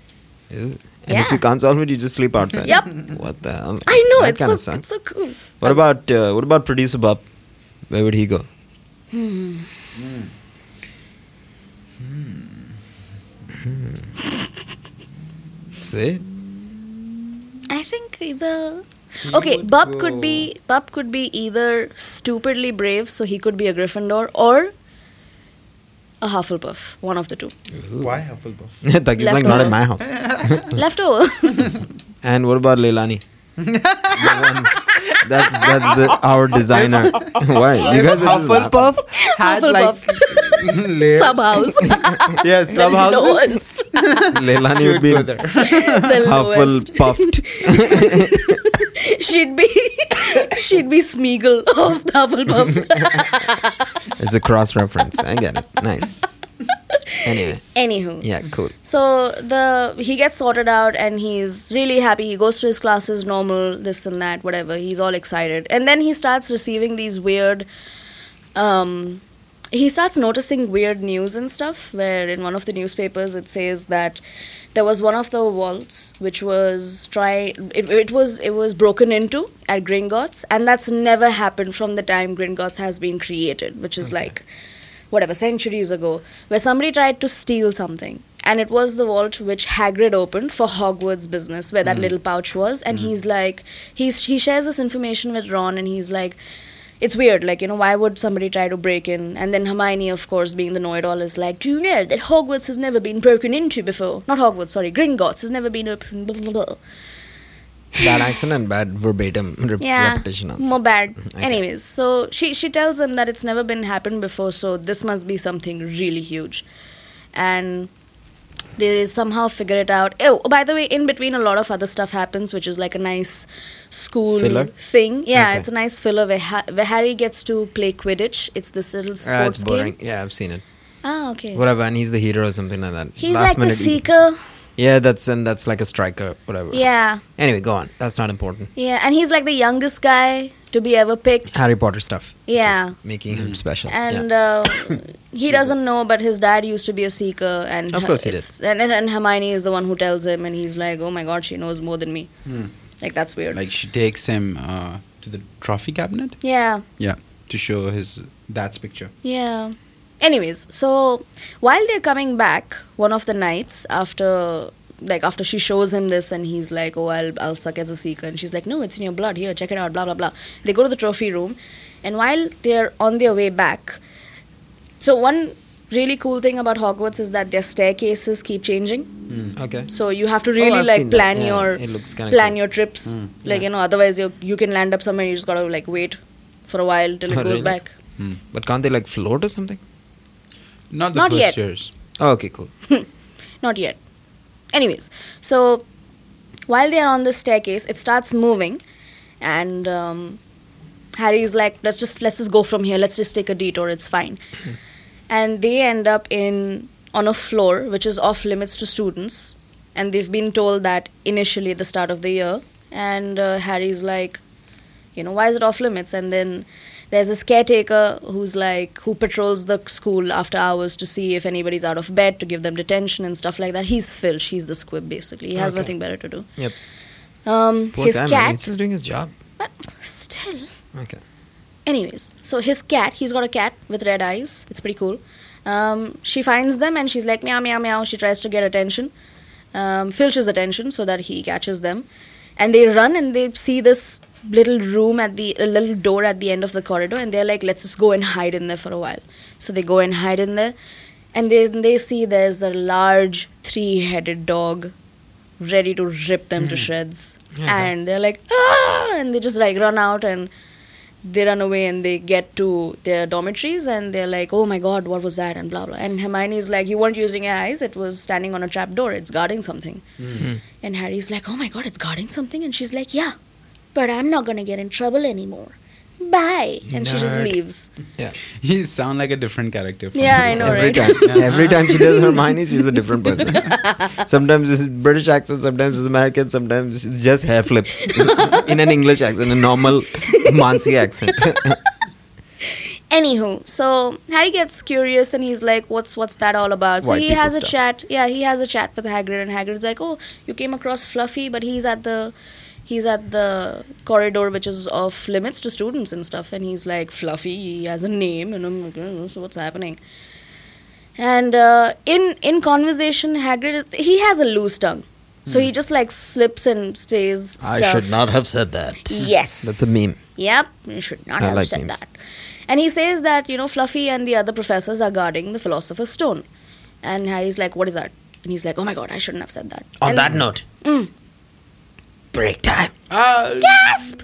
And if Yeah. you can't solve it, you just sleep outside. Yep. What the? hell? I know that it's kinda so sucks. it's so cool. What about uh, what about producer Bob? Where would he go? Hmm. Hmm. See? I think either. Okay, Bub could be Bub could be either stupidly brave, so he could be a Gryffindor, or a Hufflepuff. One of the two. why Hufflepuff? Tag is like Left not over. in my house. Leftover. And what about Leilani? The one- that's that's the, our designer. Why you guys are just laughing. Hufflepuff had like Hufflepuff. layers. Sub house. yeah, the somehow lowest. Leilani would be The lowest. Hufflepuffed. She'd be. She'd be Smeagol of the Hufflepuff. It's a cross reference. I get it. Nice. Anyway, Anywho. yeah, cool. So the he gets sorted out and he's really happy. He goes to his classes normal, this and that, whatever. He's all excited. And then he starts receiving these weird um he starts noticing weird news and stuff where in one of the newspapers it says that there was one of the vaults which was try it, it was it was broken into at Gringotts and that's never happened from the time Gringotts has been created which is like whatever centuries ago where somebody tried to steal something and it was the vault which Hagrid opened for Hogwarts business where that little pouch was and he's like he's he shares this information with Ron and he's like it's weird, like, you know, why would somebody try to break in? And then Hermione, of course, being the know it all, is like, Do you know that Hogwarts has never been broken into before? Not Hogwarts, sorry, Gringotts has never been opened. Blah, blah, blah. Bad accent and bad verbatim rep- Yeah. repetition. Mm-hmm. also. More bad. Okay. Anyways, so she, she tells him that it's never been happened before, so this must be something really huge. And they somehow figure it out. Oh, by the way, in between, a lot of other stuff happens, which is like a nice school Filler? thing. Yeah, Okay. it's a nice filler where, ha- where Harry gets to play Quidditch. It's this little sports Ah, it's game. boring. Yeah, I've seen it. Ah, okay. Whatever, and he's the hero or something like that. He's Last like the minute he- seeker. Yeah, that's and that's like a striker, whatever. Yeah. Anyway, go on. That's not important. Yeah, and he's like the youngest guy to be ever picked. Harry Potter stuff. Yeah. Just making him special. And yeah. uh, he doesn't know, but his dad used to be a seeker, and Of course he did. it's- And, and, and Hermione is the one who tells him, and he's like, "Oh my God, she knows more than me." Hmm. Like that's weird. Like she takes him uh, to the trophy cabinet. yeah, Yeah, to show his dad's picture. yeah. Anyways, so while they're coming back, one of the nights after, like after she shows him this, and he's like, "Oh, I'll I'll suck as a seeker," and she's like, "No, it's in your blood. Here, check it out." Blah blah blah. They go to the trophy room, and while they're on their way back, So one really cool thing about Hogwarts is that their staircases keep changing. okay. So you have to Hmm. Oh, really I've like seen that. plan Yeah, your it looks kinda plan cool. Hmm, your trips. Like you know, otherwise you you can land up somewhere. and You just gotta like wait for a while till it Oh, goes really? back. But can't they like float or something? Not the Not first yet. years. Oh, okay, cool. Not yet. Anyways, so while they are on the staircase, it starts moving, and um, Harry's like, "Let's just let's just go from here. Let's just take a detour. It's fine." and they end up in on a floor which is off limits to students, and they've been told that initially at the start of the year. And uh, Harry's like, you know, why is it off limits? And then there's this caretaker who's like, who patrols the school after hours to see if anybody's out of bed, to give them detention and stuff like that. He's Phil, she's the squib basically. He has Okay. nothing better to do. Yep. Um, Poor his guy, man. cat. He's just doing his job. But still. Okay. Anyways, so his cat, he's got a cat with red eyes. It's pretty cool. Um, she finds them and she's like meow meow meow. She tries to get attention, um, Filch's attention, so that he catches them, and they run and they see this little room at the a little door at the end of the corridor and they're like let's just go and hide in there for a while so they go and hide in there and then they see there's a large three-headed dog ready to rip them to shreds and they're like ah! and they just like run out and they run away and they get to their dormitories and they're like oh my god what was that and blah blah and hermione's like you weren't using your eyes it was standing on a trap door it's guarding something and harry's like oh my god it's guarding something and she's like yeah but i'm not gonna get in trouble anymore bye and she just Nerd. leaves Yeah. He sound like a different character. from- yeah i know Every right time, every time she does Hermione, she's a different person. sometimes it's British accent, sometimes it's American, sometimes it's just hair flips in an English accent, a normal Mansi accent. Anywho, so Harry gets curious and he's like, "What's what's that all about?" So White he has people a stuff. chat. Yeah, he has a chat with Hagrid, and Hagrid's like, "Oh, you came across Fluffy, but he's at the he's at the corridor which is off limits to students and stuff." And he's like, "Fluffy, he has a name," and I'm like, "Oh, "So what's happening?" And uh, in in conversation, Hagrid he has a loose tongue, so Hmm. he just like slips and stays. stuff. have said that. Yes. That's a meme. Yep, you should not I have like said memes. that. And he says that, you know, Fluffy and the other professors are guarding the Philosopher's Stone. And Harry's like, what is that? And he's like, oh my god, I shouldn't have said that. On And- that note, Oh, break time. Gasp!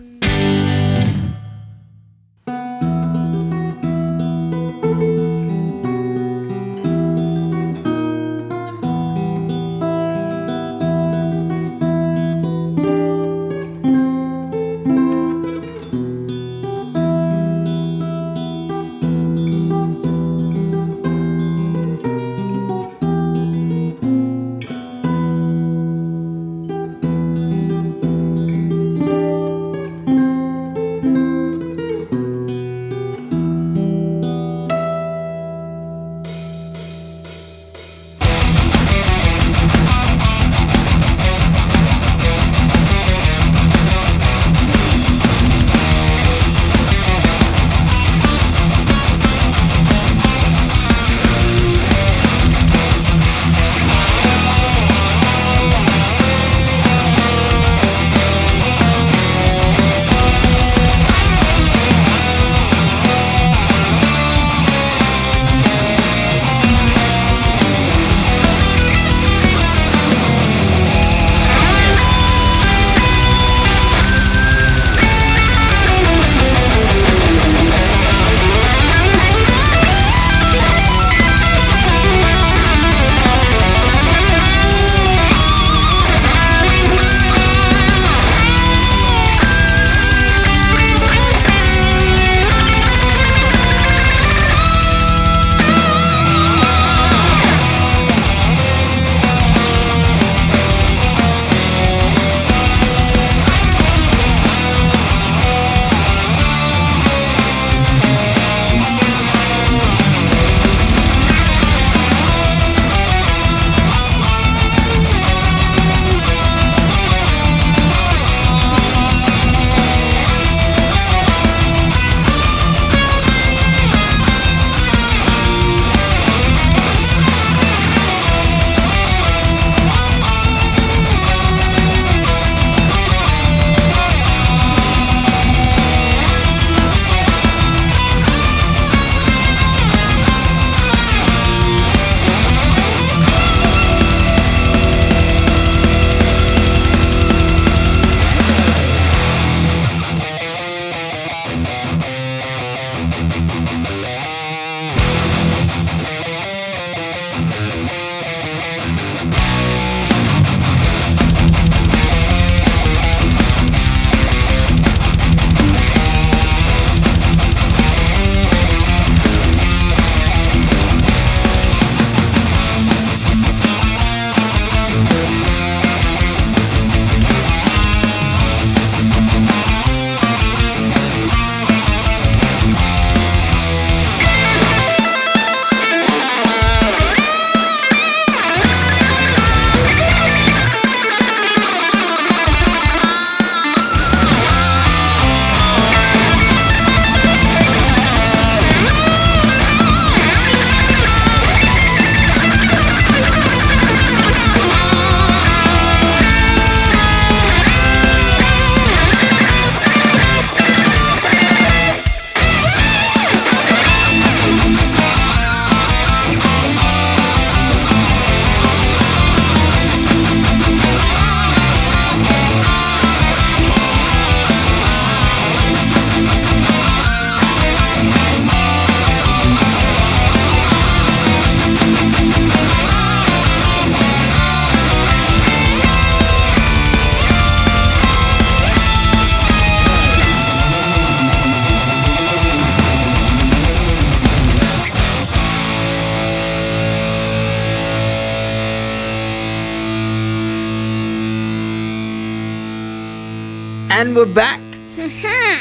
And we're back.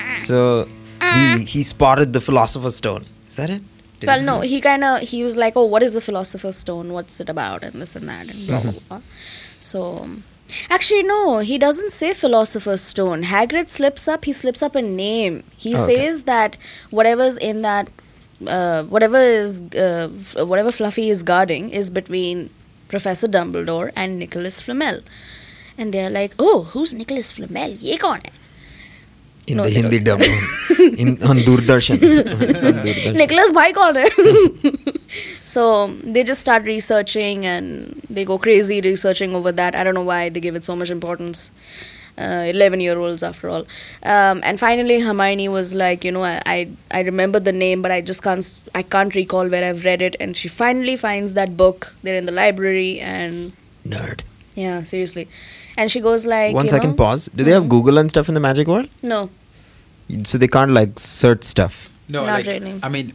so we, he spotted the philosopher's stone. Is that it? Did well, he no, see it? he kind of he was like, "Oh, what is the philosopher's stone? What's it about?" and this and that and blah Mm-hmm. blah blah. So, um, actually, no, he doesn't say philosopher's stone. Hagrid slips up. He slips up a name. He Oh, okay. says that whatever's in that, uh, whatever is uh, f- whatever Fluffy is guarding is between Professor Dumbledore and Nicholas Flamel. And they're like, "Oh, who's Nicholas Flamel? Ye kaun hai?" in no, the they Hindi don't. dub in on Doordarshan. It's on Doordarshan. Nicholas bhai kaun hai? so they just start researching and they go crazy researching over that. I don't know why they give it so much importance. Uh, 11 year olds after all um, and finally hermione was like you know I, I i remember the name but i just can't s- i can't recall where i've read it and she finally finds that book they're in the library and Nerd. yeah seriously and she goes like One you second, know, Hmm. pause. Do they have Google and stuff in the magic world? no So they can't like search stuff. No, Not like, really. I mean,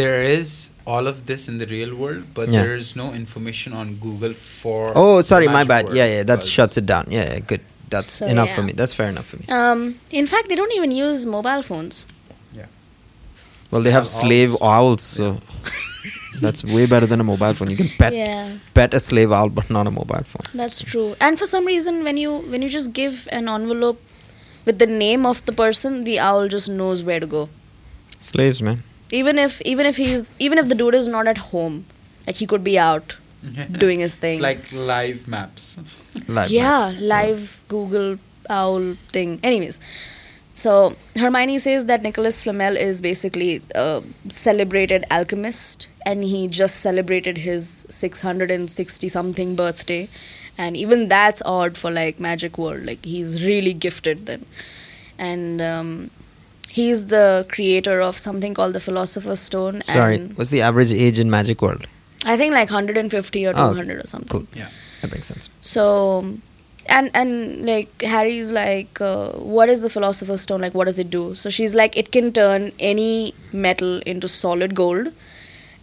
there is all of this in the real world, but Yeah. there is no information on Google for. Oh, sorry, my magic bad. world yeah, yeah, that because- shuts it down. Yeah, yeah, good. That's So, enough for yeah. me. That's fair enough for me. um, in fact they don't even use mobile phones Well, they have have slave owls. owls, so that's way better than a mobile phone. You can pet Yeah. pet a slave owl, but not a mobile phone. That's true. And for some reason, when you when you just give an envelope with the name of the person, the owl just knows where to go. Slaves, man. Even if even if he's even if the dude is not at home, like he could be out doing his thing. It's like live maps. Live yeah, maps. live Google owl thing. Anyways, so Hermione says that Nicholas Flamel is basically a celebrated alchemist, and he just celebrated his 660 something birthday, and even that's odd for like Magic World. Like he's really gifted then, and um, he's the creator of something called the Philosopher's Stone. Sorry, and what's the average age in Magic World? I think like 150 or 200 Oh, okay. or something. Oh, Cool. Yeah. That makes sense. So, and and like Harry's like, uh, what is the philosopher's stone? Like, what does it do? So she's like, it can turn any metal into solid gold,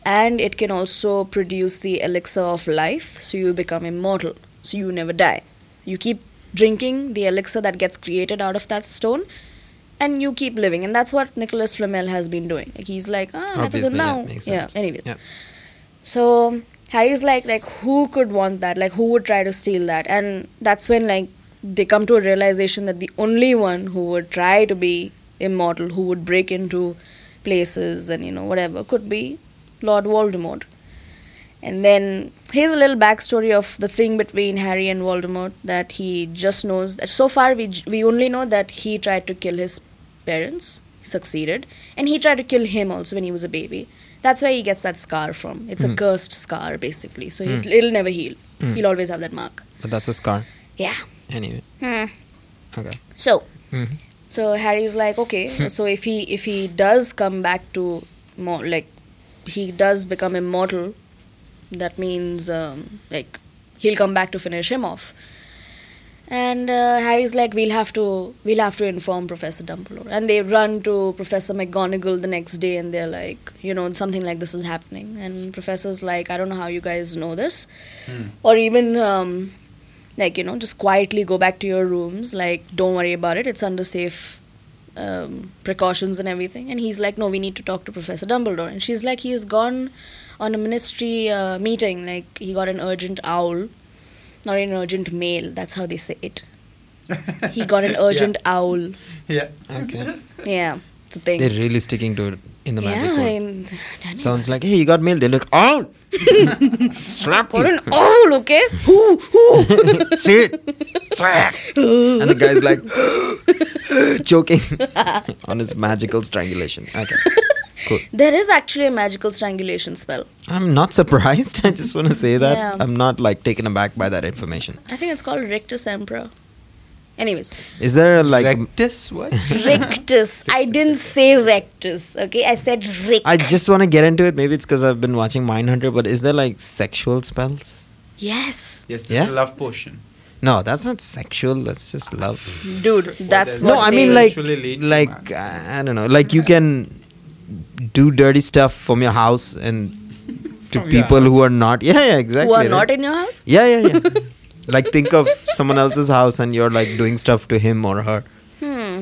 and it can also produce the elixir of life. So you become immortal. So you never die. You keep drinking the elixir that gets created out of that stone. And you keep living, and that's what Nicholas Flamel has been doing. Like he's like, ah, that is Obviously, now. that makes yeah. sense. Anyways, Yeah. so Harry's like, like who could want that? Like who would try to steal that? And that's when like they come to a realization that the only one who would try to be immortal, who would break into places and you know whatever, could be Lord Voldemort. And then here's a little backstory of the thing between Harry and Voldemort that he just knows that so far we j- we only know that he tried to kill his parents, he succeeded, and he tried to kill him also when he was a baby. That's where he gets that scar from. It's a cursed scar basically, so it, it'll never heal. He'll always have that mark. But that's a scar. Yeah. Anyway. Hmm. Okay. So, Mhm. so Harry's like, okay, so if he if he does come back to more like he does become immortal, that means um, like he'll come back to finish him off. And uh, Harry's like, we'll have to we'll have to inform Professor Dumbledore. And they run to Professor McGonagall the next day, and they're like, you know, something like this is happening. And Professor's like, I don't know how you guys know this, or even um, like you know just quietly go back to your rooms like don't worry about it it's under safe um, precautions and everything and he's like no we need to talk to professor dumbledore and she's like he has gone on a ministry uh, meeting like he got an urgent owl not an urgent mail that's how they say it he got an urgent owl Yeah. Okay. yeah it's a thing They're really sticking to it in the Magic yeah, World. and Danny, Sounds like, hey, you got mail. They look, oh, slap got you. an owl okay who who See it? and the guy's like choking on his magical strangulation. Okay. Cool. there is actually a magical strangulation spell I'm not surprised. I just want to say that. Yeah. I'm not like taken aback by that information. i think it's called rictus emperor anyways Is there like Rectus, what? rectus. I didn't say rectus. Okay, I said ric. I just want to get into it. Maybe it's because I've been watching Mindhunter, but is there like sexual spells? yes, yes, this Yeah? is a love potion. No, that's not sexual. That's just love. dude. That's No, what I they- mean like usually lead to like I don't know. Like you can do dirty stuff from your house and to From your people who are not. Yeah, yeah, exactly. who are right? not in your house. Yeah, yeah, yeah. like think of someone else's house and you're like doing stuff to him or her. Hmm.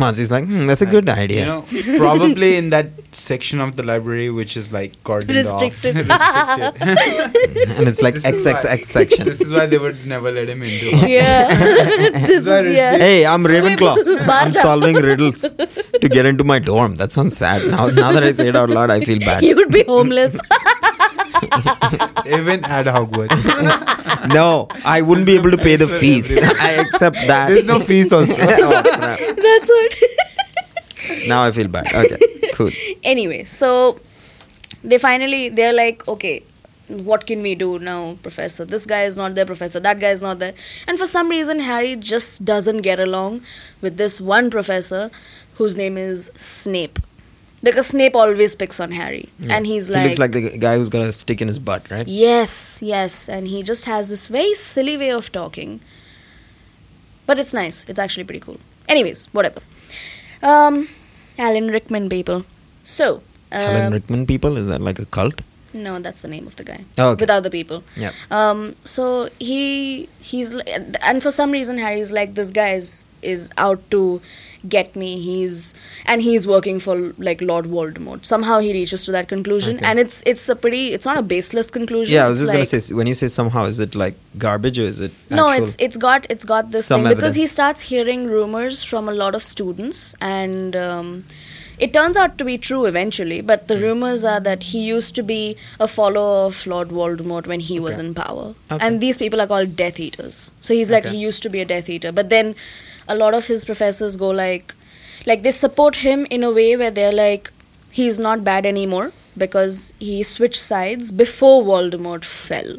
Manzi's like, hmm, that's a good idea. You know, probably in that section of the library which is like cordoned Restricted. off. Restricted. and it's like This is why- XXX section. This is why they would never let him into. Yeah. this is, Sorry, it's yeah. Hey, I'm Swim. Ravenclaw. I'm Barda. solving riddles to get into my dorm. That sounds sad. Now, now that I say it out loud, I feel bad. You would be homeless. Even at Hogwarts, Oh. No, I wouldn't be able to pay the Excellent, fees. I accept that. there's no fees also. Oh, crap. That's what. now I feel bad. Okay, cool. anyway, so they finally they're like, okay, what can we do now, Professor? This guy is not there, Professor. That guy is not there. And for some reason, Harry just doesn't get along with this one professor, whose name is Snape, because Snape always picks on Harry, and he's he looks like the guy who's got a stick in his butt, right? Yes, yes. And he just has this very silly way of talking. But it's nice. It's actually pretty cool. Anyways, whatever. Um, Alan Rickman, people. So, Alan uh, Rickman people? Is that like a cult? no, that's the name of the guy. Oh, okay. Without the people. Yeah. Um, so he he's li- and for some reason Harry's like this guy is is out to get me. He's and he's working for like Lord Voldemort. Somehow he reaches to that conclusion, Okay. and it's it's a pretty it's not a baseless conclusion. Yeah, I was It's just gonna like- say when you say somehow, is it like garbage or is it? no actual- it's it's got it's got this Some thing because he evidence. starts hearing rumors from a lot of students and um, it turns out to be true eventually but the Hmm. rumors are that he used to be a follower of lord voldemort when he was in power Okay. and these people are called death eaters so he's like Okay. he used to be a death eater but then a lot of his professors go like like they support him in a way where they're like he's not bad anymore because he switched sides before voldemort fell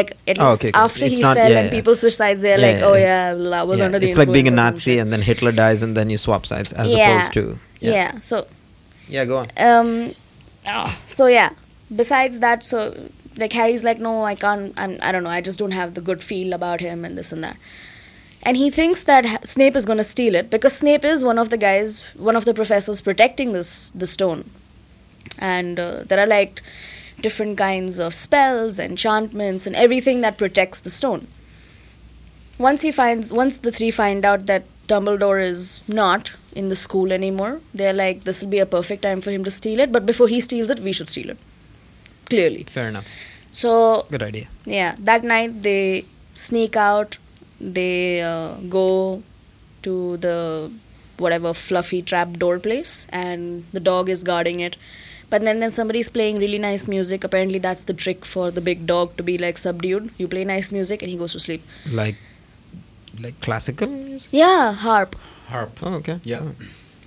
like at Oh, least okay, okay. after It's he not- fell yeah, and yeah. people switch sides they're Yeah, like yeah, oh yeah. yeah, blah, was Yeah, under the it's like being a influence or some Nazi shit." and then Hitler dies and then you swap sides as yeah. opposed to yeah, yeah so Yeah, go on. um ah, so yeah besides that so like harry's like no i can't I'm, i don't know i just don't have the good feel about him and this and that and he thinks that Ha- snape is going to steal it because snape is one of the guys one of the professors protecting this the stone and uh, there are like different kinds of spells enchantments and everything that protects the stone once he finds once the three find out that Dumbledore is not in the school anymore, they're like, this will be a perfect time for him to steal it. But before he steals it, we should steal it. Clearly. Fair enough. So Good idea. yeah, that night they sneak out. They uh, go to the whatever fluffy trap door place, and the dog is guarding it. But then, then somebody's playing really nice music. Apparently, that's the trick for the big dog to be like subdued. You play nice music, and he goes to sleep. Like, like classical music. Yeah, harp. Harp. Oh, okay. Yeah. Oh.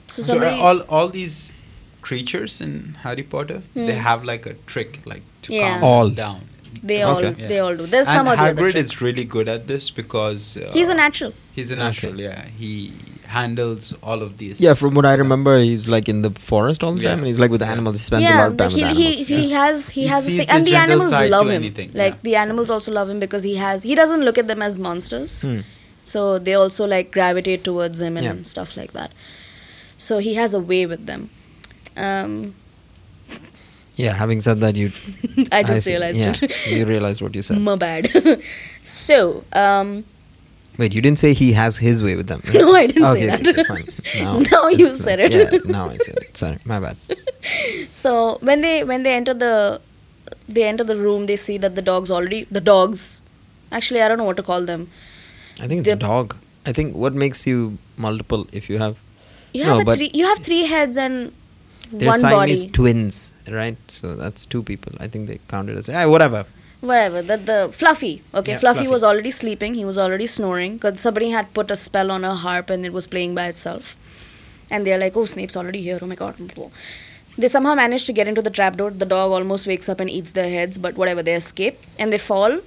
So So somebody. are all all these creatures in Harry Potter, they have like a trick, like to Hmm. Yeah. calm All. down. Okay. They all Yeah. they all do. There's and some of the other Hagrid tricks. is really good at this because uh, He's a natural. He's a natural. Yeah, he handles all of these. Yeah, from what I remember, he's like in the forest all the Yeah. time, and he's like with Yeah. animals. He spends a Yeah, lot of time but he with he, animals. he has he, He has this sees thing, and the the gentle animals side love to him. anything, Like yeah. the animals also love him because he has he doesn't look at them as monsters, so they also like gravitate towards him and Hmm. Yeah. stuff like that. So he has a way with them. Um, yeah, having said that, you. I just see. realized yeah, it. you realized what you said. My bad. so um, Wait, you didn't say he has his way with them. right? No, I didn't say okay, that. Okay, fine. Now, it's Now you just said like- it. Yeah, now I said it. Sorry, my bad. So when they when they enter the they enter the room, they see that the dogs already the dogs. Actually, I don't know what to call them. I think it's a They're- dog. I think what makes you multiple if you have You No, have a but- three. You have three heads and they're one Siamese body. twins, right? So that's two people. I think they counted as eh, whatever. Whatever. The the Fluffy. Okay, Yeah, Fluffy, Fluffy. was already sleeping. He was already snoring because somebody had put a spell on a harp and it was playing by itself. And they're like, "Oh, Snape's already here. Oh my God!" They somehow manage to get into the trapdoor. The dog almost wakes up and eats their heads, but whatever. They escape and they fall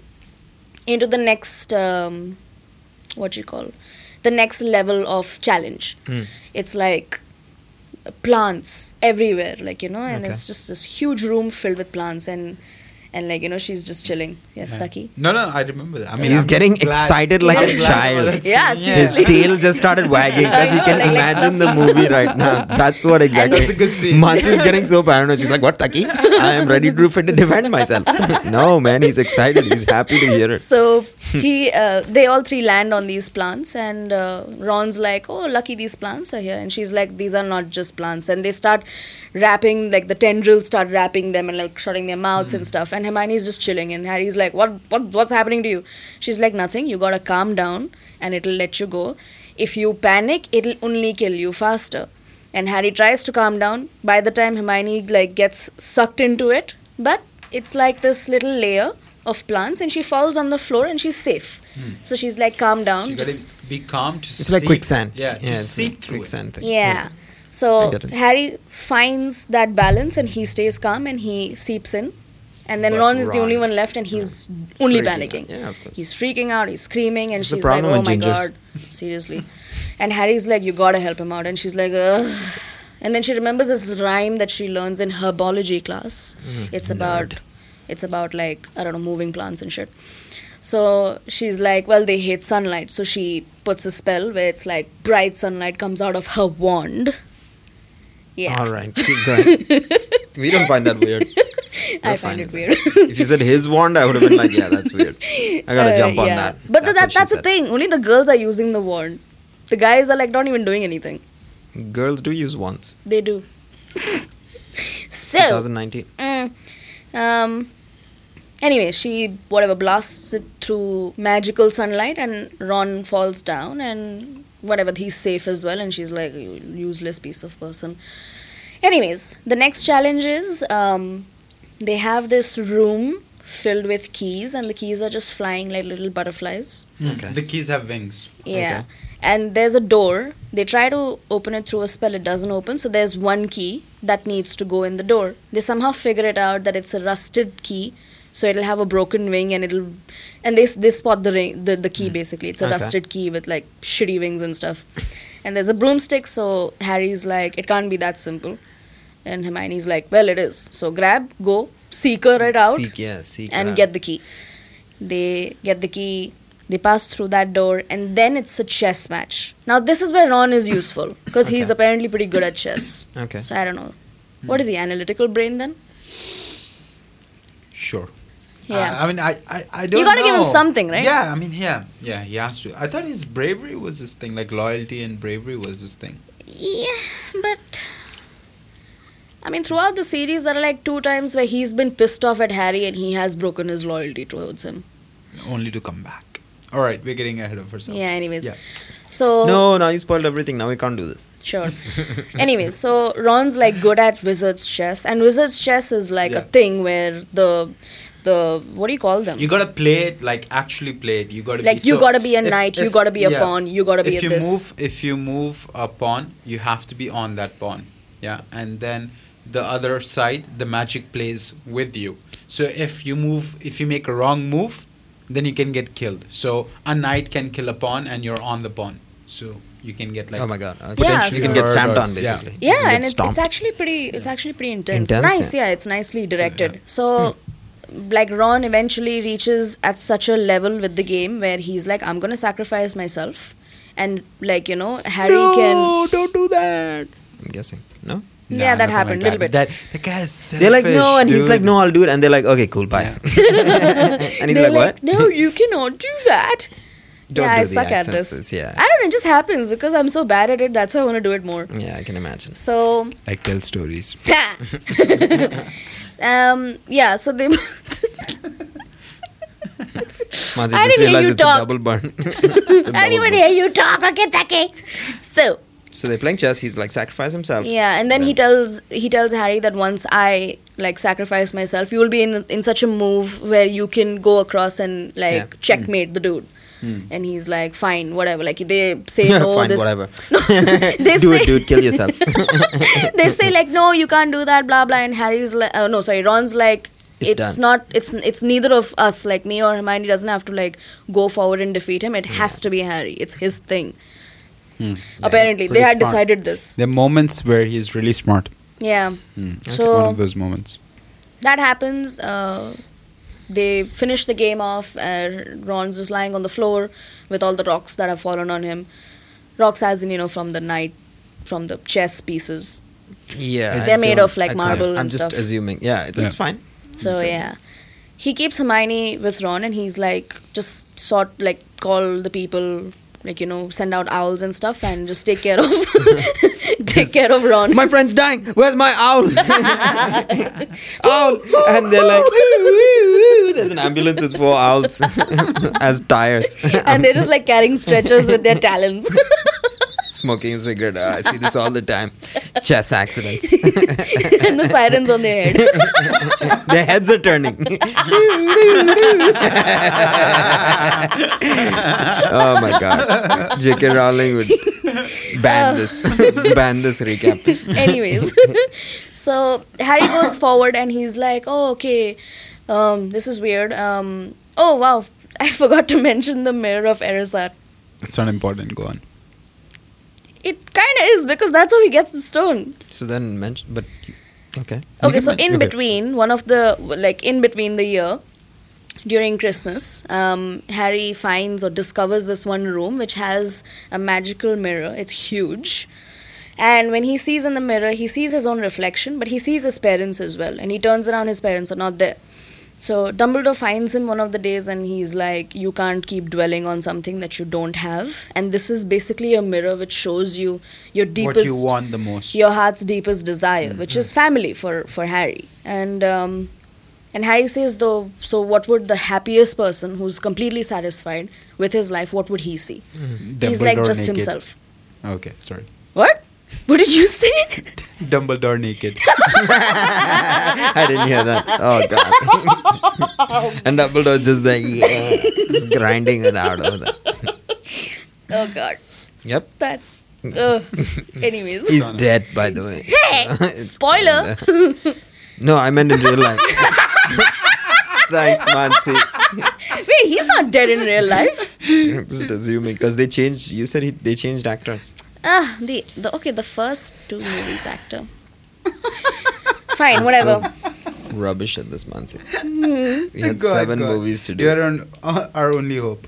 into the next um, what you call the next level of challenge. It's like plants everywhere, like you know, and Okay. it's just this huge room filled with plants, and and like you know she's just chilling. Yes, Taki. No, no, I remember that. I mean, He's I'm getting glad- excited like a child. Yeah, His seriously. tail just started wagging because he I know, can like- like imagine the movie right now. That's what exactly. That's a good scene. Mansi is getting so paranoid. She's like, "What, Taki? I am ready to fit- defend myself." no, man, he's excited. He's happy to hear it. So he, uh, they all three land on these plants, and uh, Ron's like, "Oh, lucky these plants are here," and she's like, "These are not just plants." And they start wrapping, like the tendrils start wrapping them and like shutting their mouths and stuff. And Hermione's just chilling, and Harry's like, "What, what, what's happening to you?" She's like, "Nothing. You gotta calm down, and it'll let you go. If you panic, it'll only kill you faster." And Harry tries to calm down. By the time Hermione like gets sucked into it, but it's like this little layer of plants and she falls on the floor and she's safe. So she's like, calm down. Hmm. You just- gotta be calm to see. It's like quicksand. Yeah, to it's see like through quicksand thing. yeah. I So get it. Harry finds that balance and he stays calm and he seeps in. And then But Ron is the only Ron- one left and he's only Freaking out. panicking. Yeah, of course. He's freaking out, he's screaming, and It's the she's like, problem oh with my gingers. god, seriously. And Harry's like, you gotta help him out. And she's like, ugh. And then she remembers this rhyme that she learns in herbology class. Mm-hmm. It's about, it's about like, I don't know, moving plants and shit. So she's like, well, they hate sunlight. So she puts a spell where it's like bright sunlight comes out of her wand. Yeah. All right, keep going. we don't find that weird. I We're find fine it with weird. If you said his wand, I would have been like, "Yeah, that's weird." I gotta Uh, jump on yeah. that. But that's, what that, she that's the said. thing. Only the girls are using the wand. The guys are like not even doing anything. Girls do use wands. They do. so, 2019. mm, um, anyway, she whatever blasts it through magical sunlight, and Ron falls down, and whatever he's safe as well, and she's like "You useless piece of person. Anyways, the next challenge is um, they have this room filled with keys, and the keys are just flying like little butterflies. Okay. Mm. The keys have wings. Yeah. Okay. And there's a door. They try to open it through a spell, it doesn't open. So there's one key that needs to go in the door. They somehow figure it out that it's a rusted key. So it'll have a broken wing and it'll and they s- they spot the ring the, the key basically. It's a Mm-hmm. Okay. rusted key with like shitty wings and stuff. And there's a broomstick, so Harry's like, it can't be that simple. And Hermione's like, well, it is. So grab, go, seeker it out Seek, yeah, seek and around. get the key. They get the key, they pass through that door, and then it's a chess match. Now, this is where Ron is useful because he's Okay. apparently pretty good at chess. Okay. So, I don't know. What is he, analytical brain then? Sure. Uh, Yeah. I, I mean, I, I, I don't. gotta give him know. something, right? Yeah, I mean, yeah, yeah, he has to. I thought his bravery was his thing, like loyalty and bravery was his thing. yeah, but. I mean, throughout the series, there are like two times where he's been pissed off at Harry and he has broken his loyalty towards him. Only to come back. All right, we're getting ahead of ourselves. yeah, anyways. Yeah. So. Oh. No, now you spoiled everything. Now we can't do this. Sure. anyway, so Ron's like good at wizard's chess, and wizard's chess is like a Yeah. thing where the the what do you call them? You gotta play it, like actually play it. You gotta Like, be, you so gotta be a knight, you gotta be a pawn, you gotta be a If you this. move, if you move a pawn, you have to be on that pawn. Yeah, and then the other side, the magic plays with you. So if you move, if you make a wrong move, then you can get killed. So a knight can kill a pawn, and you're on the pawn. So you can get like oh my god. Okay. Yeah, you can so- get stamped on Yeah. basically. You can yeah, get and it's, it's stomped. actually pretty it's actually pretty intense. Intense, nice, yeah. yeah. Hmm. it's nicely directed. So, like Ron eventually reaches at such a level with the game where he's like, I'm gonna sacrifice myself, and like you know Harry can. don't do that. I'm guessing. No? Nah, yeah, that nothing happened a like little bit. That, that guy is selfish. They're like, no, and he's dude. like, no, I'll do it. And they're like, okay, cool, bye. and he's They're like, what? No, you cannot do that. Don't yeah, do I the suck at accents. this. It's- yeah. I don't know. It just happens because I'm so bad at it. That's why I want to do it more. Yeah, I can imagine. So, Like tell stories. um, yeah. So they. Mazi I just didn't hear realized you it's talk. a double burn. It's a double I didn't even burn. hear you talk. Okay, Taki. So So they're playing chess. He's like, sacrifice himself. yeah, and then he tells he tells Harry that once I like sacrifice myself, you will be in in such a move where you can go across and like Yeah. Hmm. checkmate the dude. And he's like, fine, whatever. Like they say no. Fine, oh, this whatever. No, they do say, it, dude. Kill yourself. they say like no you can't do that blah blah and harry's like uh, no sorry ron's like It's it's, done. not it's it's neither of us like me or hermione doesn't have to like go forward and defeat him it has to be harry it's his thing Hmm. apparently they Pretty had smart. decided this There are moments where he's really smart. Hmm. yeah Mm. So- one of those moments. that happens uh, they finish the game off, and Ron's just lying on the floor with all the rocks that have fallen on him. Rocks, as in you know, from the night, from the chess pieces. Yeah, They're I made assume- of, like, I could- marble I'm and just stuff. assuming. Yeah, that's Yeah. fine. So yeah, he keeps Hermione with Ron, and he's like, just sort like call the people, like you know, send out owls and stuff, and just take care of, take care of Ron. My friend's dying. Where's my owl? owl, and they're like, "Woo, woo, woo." there's an ambulance with four owls as tires, and they're just like carrying stretchers with their talons. smoking a cigarette. Ah, I see this all the time. Chess accidents. and the sirens on their head. Their heads are turning. oh my god. J.K. Rowling would ban this. ban this recap. Anyways, so Harry goes forward and he's like, "Oh, okay, um, this is weird. Um, oh wow, I forgot to mention the mirror of Erisat. It's not important. Go on. It kind of is because that's how he gets the stone. So then mention but okay. Okay, so in Okay. between one of the like in between the year." During Christmas, um, Harry finds or discovers this one room which has a magical mirror. It's huge. And when he sees in the mirror, he sees his own reflection, but he sees his parents as well. And he turns around, his parents are not there. So Dumbledore finds him one of the days and he's like, You can't keep dwelling on something that you don't have. And this is basically a mirror which shows you your deepest. want the most. Mm-hmm. Your heart's deepest desire, which is family for, for Harry. And. Um, and Harry says, though, so what would the happiest person who's completely satisfied with his life, what would he see? He's like Mm-hmm. Dumbledore just naked. himself. Okay, sorry. What? What did you say? Dumbledore naked. I didn't hear that. Oh god. and Dumbledore's just there, yeah. Just grinding it out over there. oh God, Yep. that's. Uh, anyways, He's dead by the way. hey, It's spoiler. No, I meant in real life. Thanks, Mansi. Wait, he's not dead in real life. I'm just assuming because they changed. You said he, they changed actors. Ah, the, the okay, the first two movies actor. Fine, whatever. Mm-hmm. Rubbish at this month. We had seven movies to do. You're on, uh, our only hope.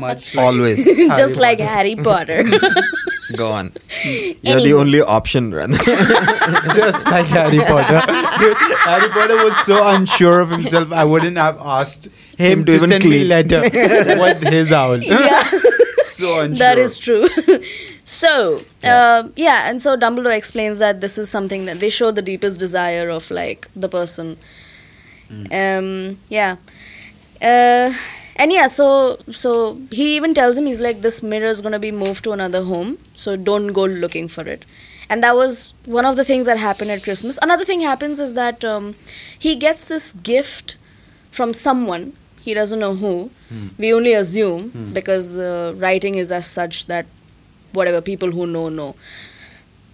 Much like Always Just Harry like Harry Potter. go on. You're the Anywho. only option, rather. just like Harry Potter. Dude, Harry Potter was so unsure of himself. I wouldn't have asked him, Him to to, even send me clean. letter with his owl. yeah, so unsure. that is true. so, uh, yeah, and so Dumbledore explains that this is something that they show the deepest desire of like the person. Um, yeah. Uh, and yeah, so so he even tells him he's like this mirror is gonna be moved to another home, so don't go looking for it. And that was one of the things that happened at Christmas. Another thing happens is that um, he gets this gift from someone. He doesn't know who. We only assume because the writing is as such that whatever people who know know.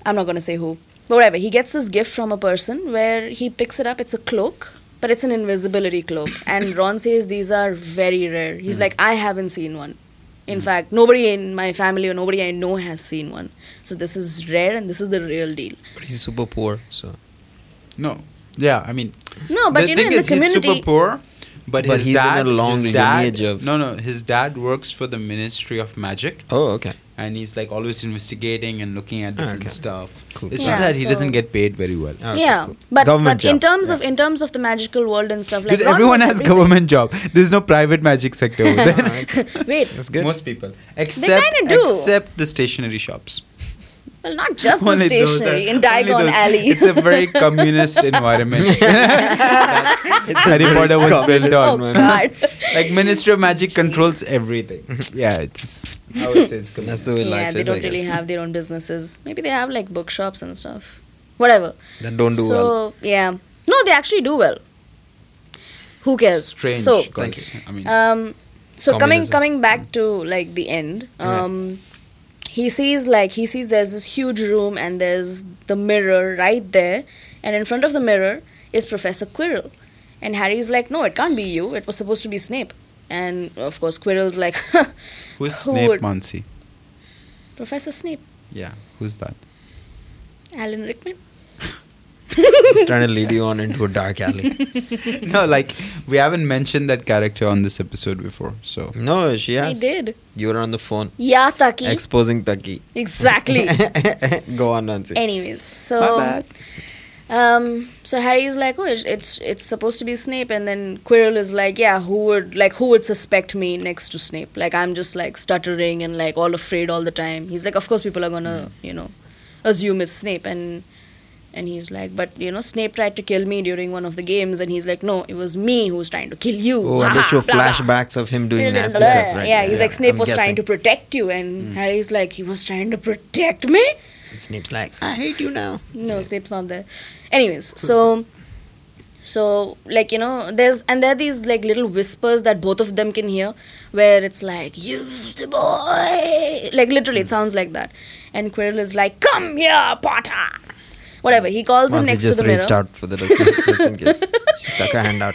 I'm not going to say who. But whatever, he gets this gift from a person where he picks it up. It's a cloak, but it's an invisibility cloak. And Ron says these are very rare. Hmm. He's like, I haven't seen one. In fact, nobody in my family or nobody I know has seen one. So this is rare and this is the real deal. but he's super poor, so No. Yeah, I mean, No, but the you know, thing in is, the community. he's super poor. But, But his he's in dad, a long his dad- lineage of- no, no. His dad works for the Ministry of Magic, oh okay. and he's like always investigating and looking at different Okay. stuff. Cool. It's Yeah, just that he so- doesn't get paid very well. okay yeah, cool. but, Government but in job, terms yeah. of in terms of the magical world and stuff like Dude, Ron everyone knows has everything. government job. There's no private magic sector. Over there. Wait, That's good. Most people, except kinda do. except the stationery shops. well, not just the Only those stationery are- in only Diagon those. Alley. Oh, It's a very communist environment. Harry Potter was built oh on. man. God. Like Ministry of Magic controls everything. Yeah, it's. I would say That's it's communist. the way yeah, life they is. don't I guess. really have their own businesses. Maybe they have like bookshops and stuff. Whatever. That don't do so well. yeah, no, they actually do well. Who cares? strange. So Thank you. I mean, um, so coming Communism. coming back to like the end um, he sees like he sees there's this huge room and there's the mirror right there and in front of the mirror is professor quirrell and harry's like no it can't be you it was supposed to be snape and of course quirrell's like who's who Snape would- Monsey? professor snape Yeah, who's that? alan rickman He's trying to lead you on into a dark alley. no, like we haven't mentioned that character on this episode before. So No, she He has. did. You were on the phone Yeah, Taki. exposing Taki. exactly. Go on, Nancy. Anyways, so um, so Harry's like, oh, it's, it's it's supposed to be Snape, and then Quirrell is like, yeah, who would like who would suspect me next to Snape? Like I'm just like stuttering and like all afraid all the time. He's like, of course people are gonna you know assume it's Snape, and and he's like, but you know Snape tried to kill me during one of the games, and he's like, no, it was me who was trying to kill you. Oh, and they Ha ha, show blah, blah. flashbacks of him doing nasty Yeah, stuff, right? Yeah, he's like Snape I'm was guessing. Hmm. trying to protect you, and Harry's like he was trying to protect me. And Snape's like, I hate you now. No, Snape's not there. Anyways, Hmm. so so like you know, there's and there are these like little whispers that both of them can hear, where it's like use the boy, like literally Hmm. it sounds like that, and Quirrell is like come here, Potter, whatever he calls Once him he next to just the reached mirror. out for the listeners, just in case. She stuck her hand out.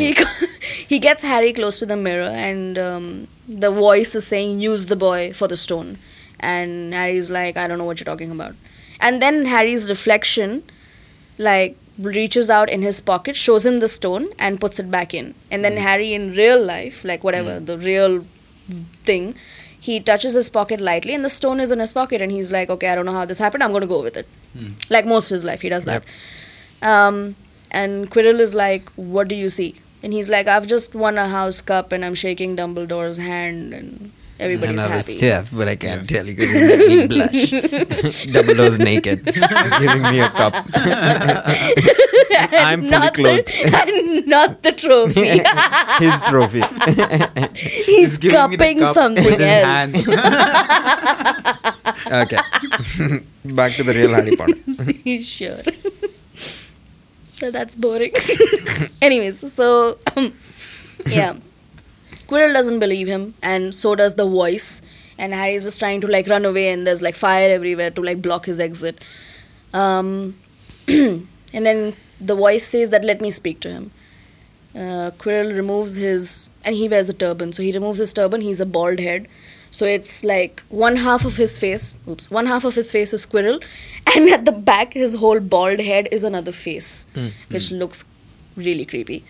He, co- he gets Harry close to the mirror, and um, the voice is saying, Use the boy for the stone. And Harry's like, I don't know what you're talking about. And then Harry's reflection, like, reaches out in his pocket, shows him the stone, and puts it back in. And then Harry, in real life, like, whatever, the real thing, he touches his pocket lightly, and the stone is in his pocket, and he's like, Okay, I don't know how this happened, I'm going to go with it. Like, most of his life, he does that. Um, and Quirrell is like, "What do you see?" And he's like, "I've just won a House Cup, and I'm shaking Dumbledore's hand, and everybody's Another happy." stiff, but I can't tell you because it made me blush. Double O's naked, giving me a cup. I'm fully not the, clothed. and not the trophy. His trophy. he's giving me the cupping cup something with his else. Okay. Back to the real Harry Potter. He's sure. so that's boring. Anyways, so um, yeah, Quirrell doesn't believe him, and so does the voice. And Harry's just trying to like run away, and there's like fire everywhere to like block his exit. Um, and then the voice says that let me speak to him. Uh, Quirrell removes his and he wears a turban, so he removes his turban. He's a bald head, so it's like one half of his face. Oops, one half of his face is Quirrell, and at the back, his whole bald head is another face, Hmm, which looks really creepy.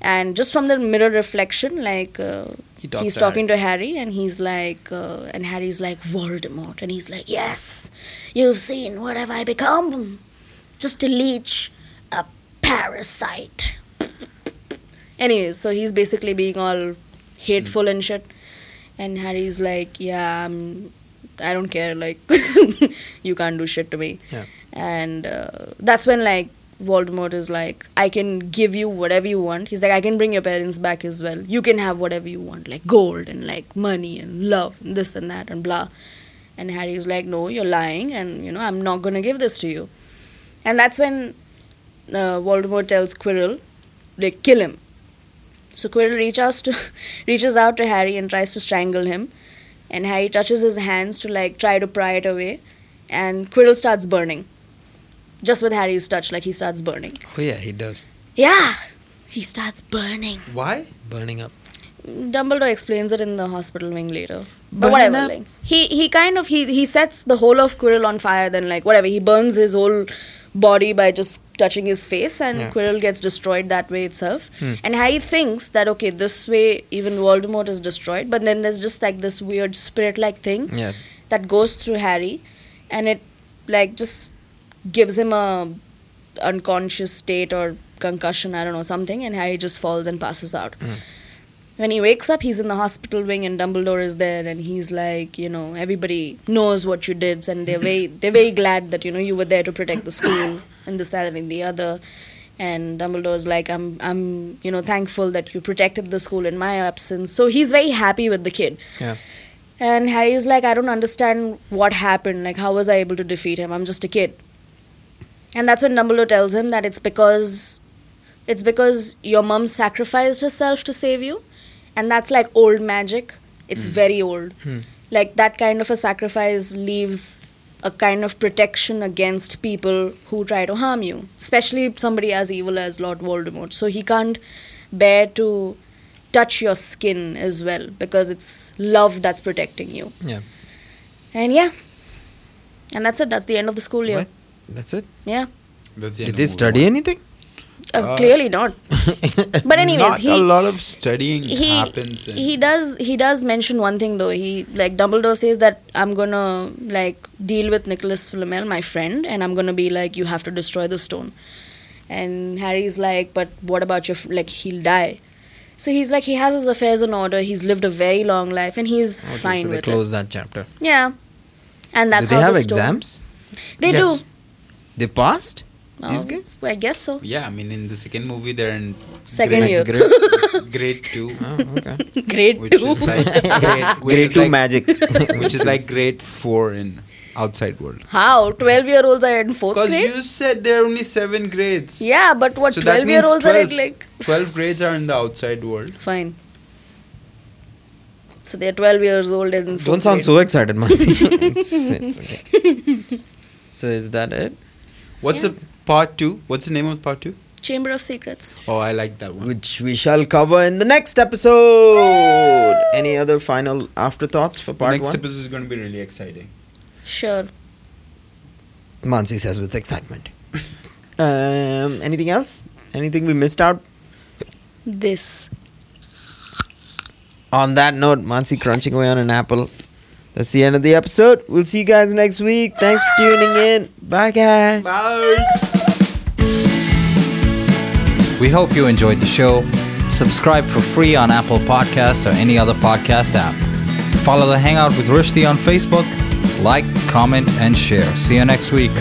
And just from the mirror reflection, like uh, He talks he's to talking to Harry, and he's like, uh, and Harry's like Voldemort, and he's like, yes, you've seen what have I become? Just a leech, a parasite. Anyways, so he's basically being all hateful and shit. And Harry's like, yeah, I'm, I don't care. Like, you can't do shit to me. Yeah. And uh, that's when, like, Voldemort is like, I can give you whatever you want. He's like, I can bring your parents back as well. You can have whatever you want, like gold and like money and love and this and that and blah. And Harry's like, no, you're lying, and you know, I'm not gonna give this to you. And that's when uh, Voldemort tells Quirrell, they kill him. So Quirrell reaches to reaches out to Harry and tries to strangle him, and Harry touches his hands to like try to pry it away, and Quirrell starts burning. Just with Harry's touch, like he starts burning. Oh yeah, he does. Yeah, he starts burning. Why? Burning up. Dumbledore explains it in the hospital wing later. But Burn whatever. up. Like, he he kind of he he sets the whole of Quirrell on fire. Then like whatever he burns his whole body by just touching his face, and Yeah. Hmm. Quirrell gets destroyed that way itself. And Harry thinks that okay, this way even Voldemort is destroyed. But then there's just like this weird spirit like thing Yeah. that goes through Harry, and it like just gives him a unconscious state or concussion, I don't know something, and Harry just falls and passes out. When he wakes up, he's in the hospital wing, and Dumbledore is there, and he's like, you know, everybody knows what you did, and they're very they're very glad that you know you were there to protect the school and this that and the other. And Dumbledore's like, I'm, I'm, you know, thankful that you protected the school in my absence. So he's very happy with the kid. Yeah. And Harry's like, I don't understand what happened. Like, how was I able to defeat him? I'm just a kid. And that's when Dumbledore tells him that it's because it's because your mum sacrificed herself to save you. And that's like old magic. It's Hmm. very old. Like that kind of a sacrifice leaves a kind of protection against people who try to harm you, especially somebody as evil as Lord Voldemort. So he can't bear to touch your skin as well because it's love that's protecting you. Yeah. And yeah. And that's it. That's the end of the school year. What? That's it. Yeah. That's the Did end they of movie study one. anything? Uh, clearly not. But anyways, Ah. Not he a lot of studying he happens. and- he does he does mention one thing though. He like Dumbledore says that I'm gonna like deal with Nicholas Flamel, my friend, and I'm gonna be like you have to destroy the stone. And Harry's like, but what about your f-? like he'll die. So he's like he has his affairs in order. He's lived a very long life, and he's Okay, fine so they with close it. that chapter. Yeah, and that's Do they how have the stone- exams? They Yes. do. They passed? These Um, guys? I guess so. yeah, I mean, in the second movie, they're in Second grade- year. Grade, grade two, oh, okay. Grade which two. is like grade, which grade is 2 like- magic. which is like grade four in outside world. How twelve year olds are in fourth Because grade? you said there are only seven grades. Yeah, but what So that twelve year means olds are at 12. like Twelve grades are in the outside world. fine. So they're twelve years old and in Don't fourth sound so grade. excited, Mansi. it's, it's okay. So is that it? What's the part two? What's the name of part two? Chamber of Secrets. Oh, I like that one. Which we shall cover in the next episode. Any other final afterthoughts for part Next one? episode is going to be really exciting. Sure. Mansi says with excitement. um, anything else? Anything we missed out? This. On that note, Mansi crunching away on an apple. That's the end of the episode. We'll see you guys next week. Thanks for tuning in. Bye, guys. We hope you enjoyed the show. Subscribe for free on Apple Podcasts or any other podcast app. Follow the Hangout with Rushdie on Facebook. Like, comment, and share. See you next week.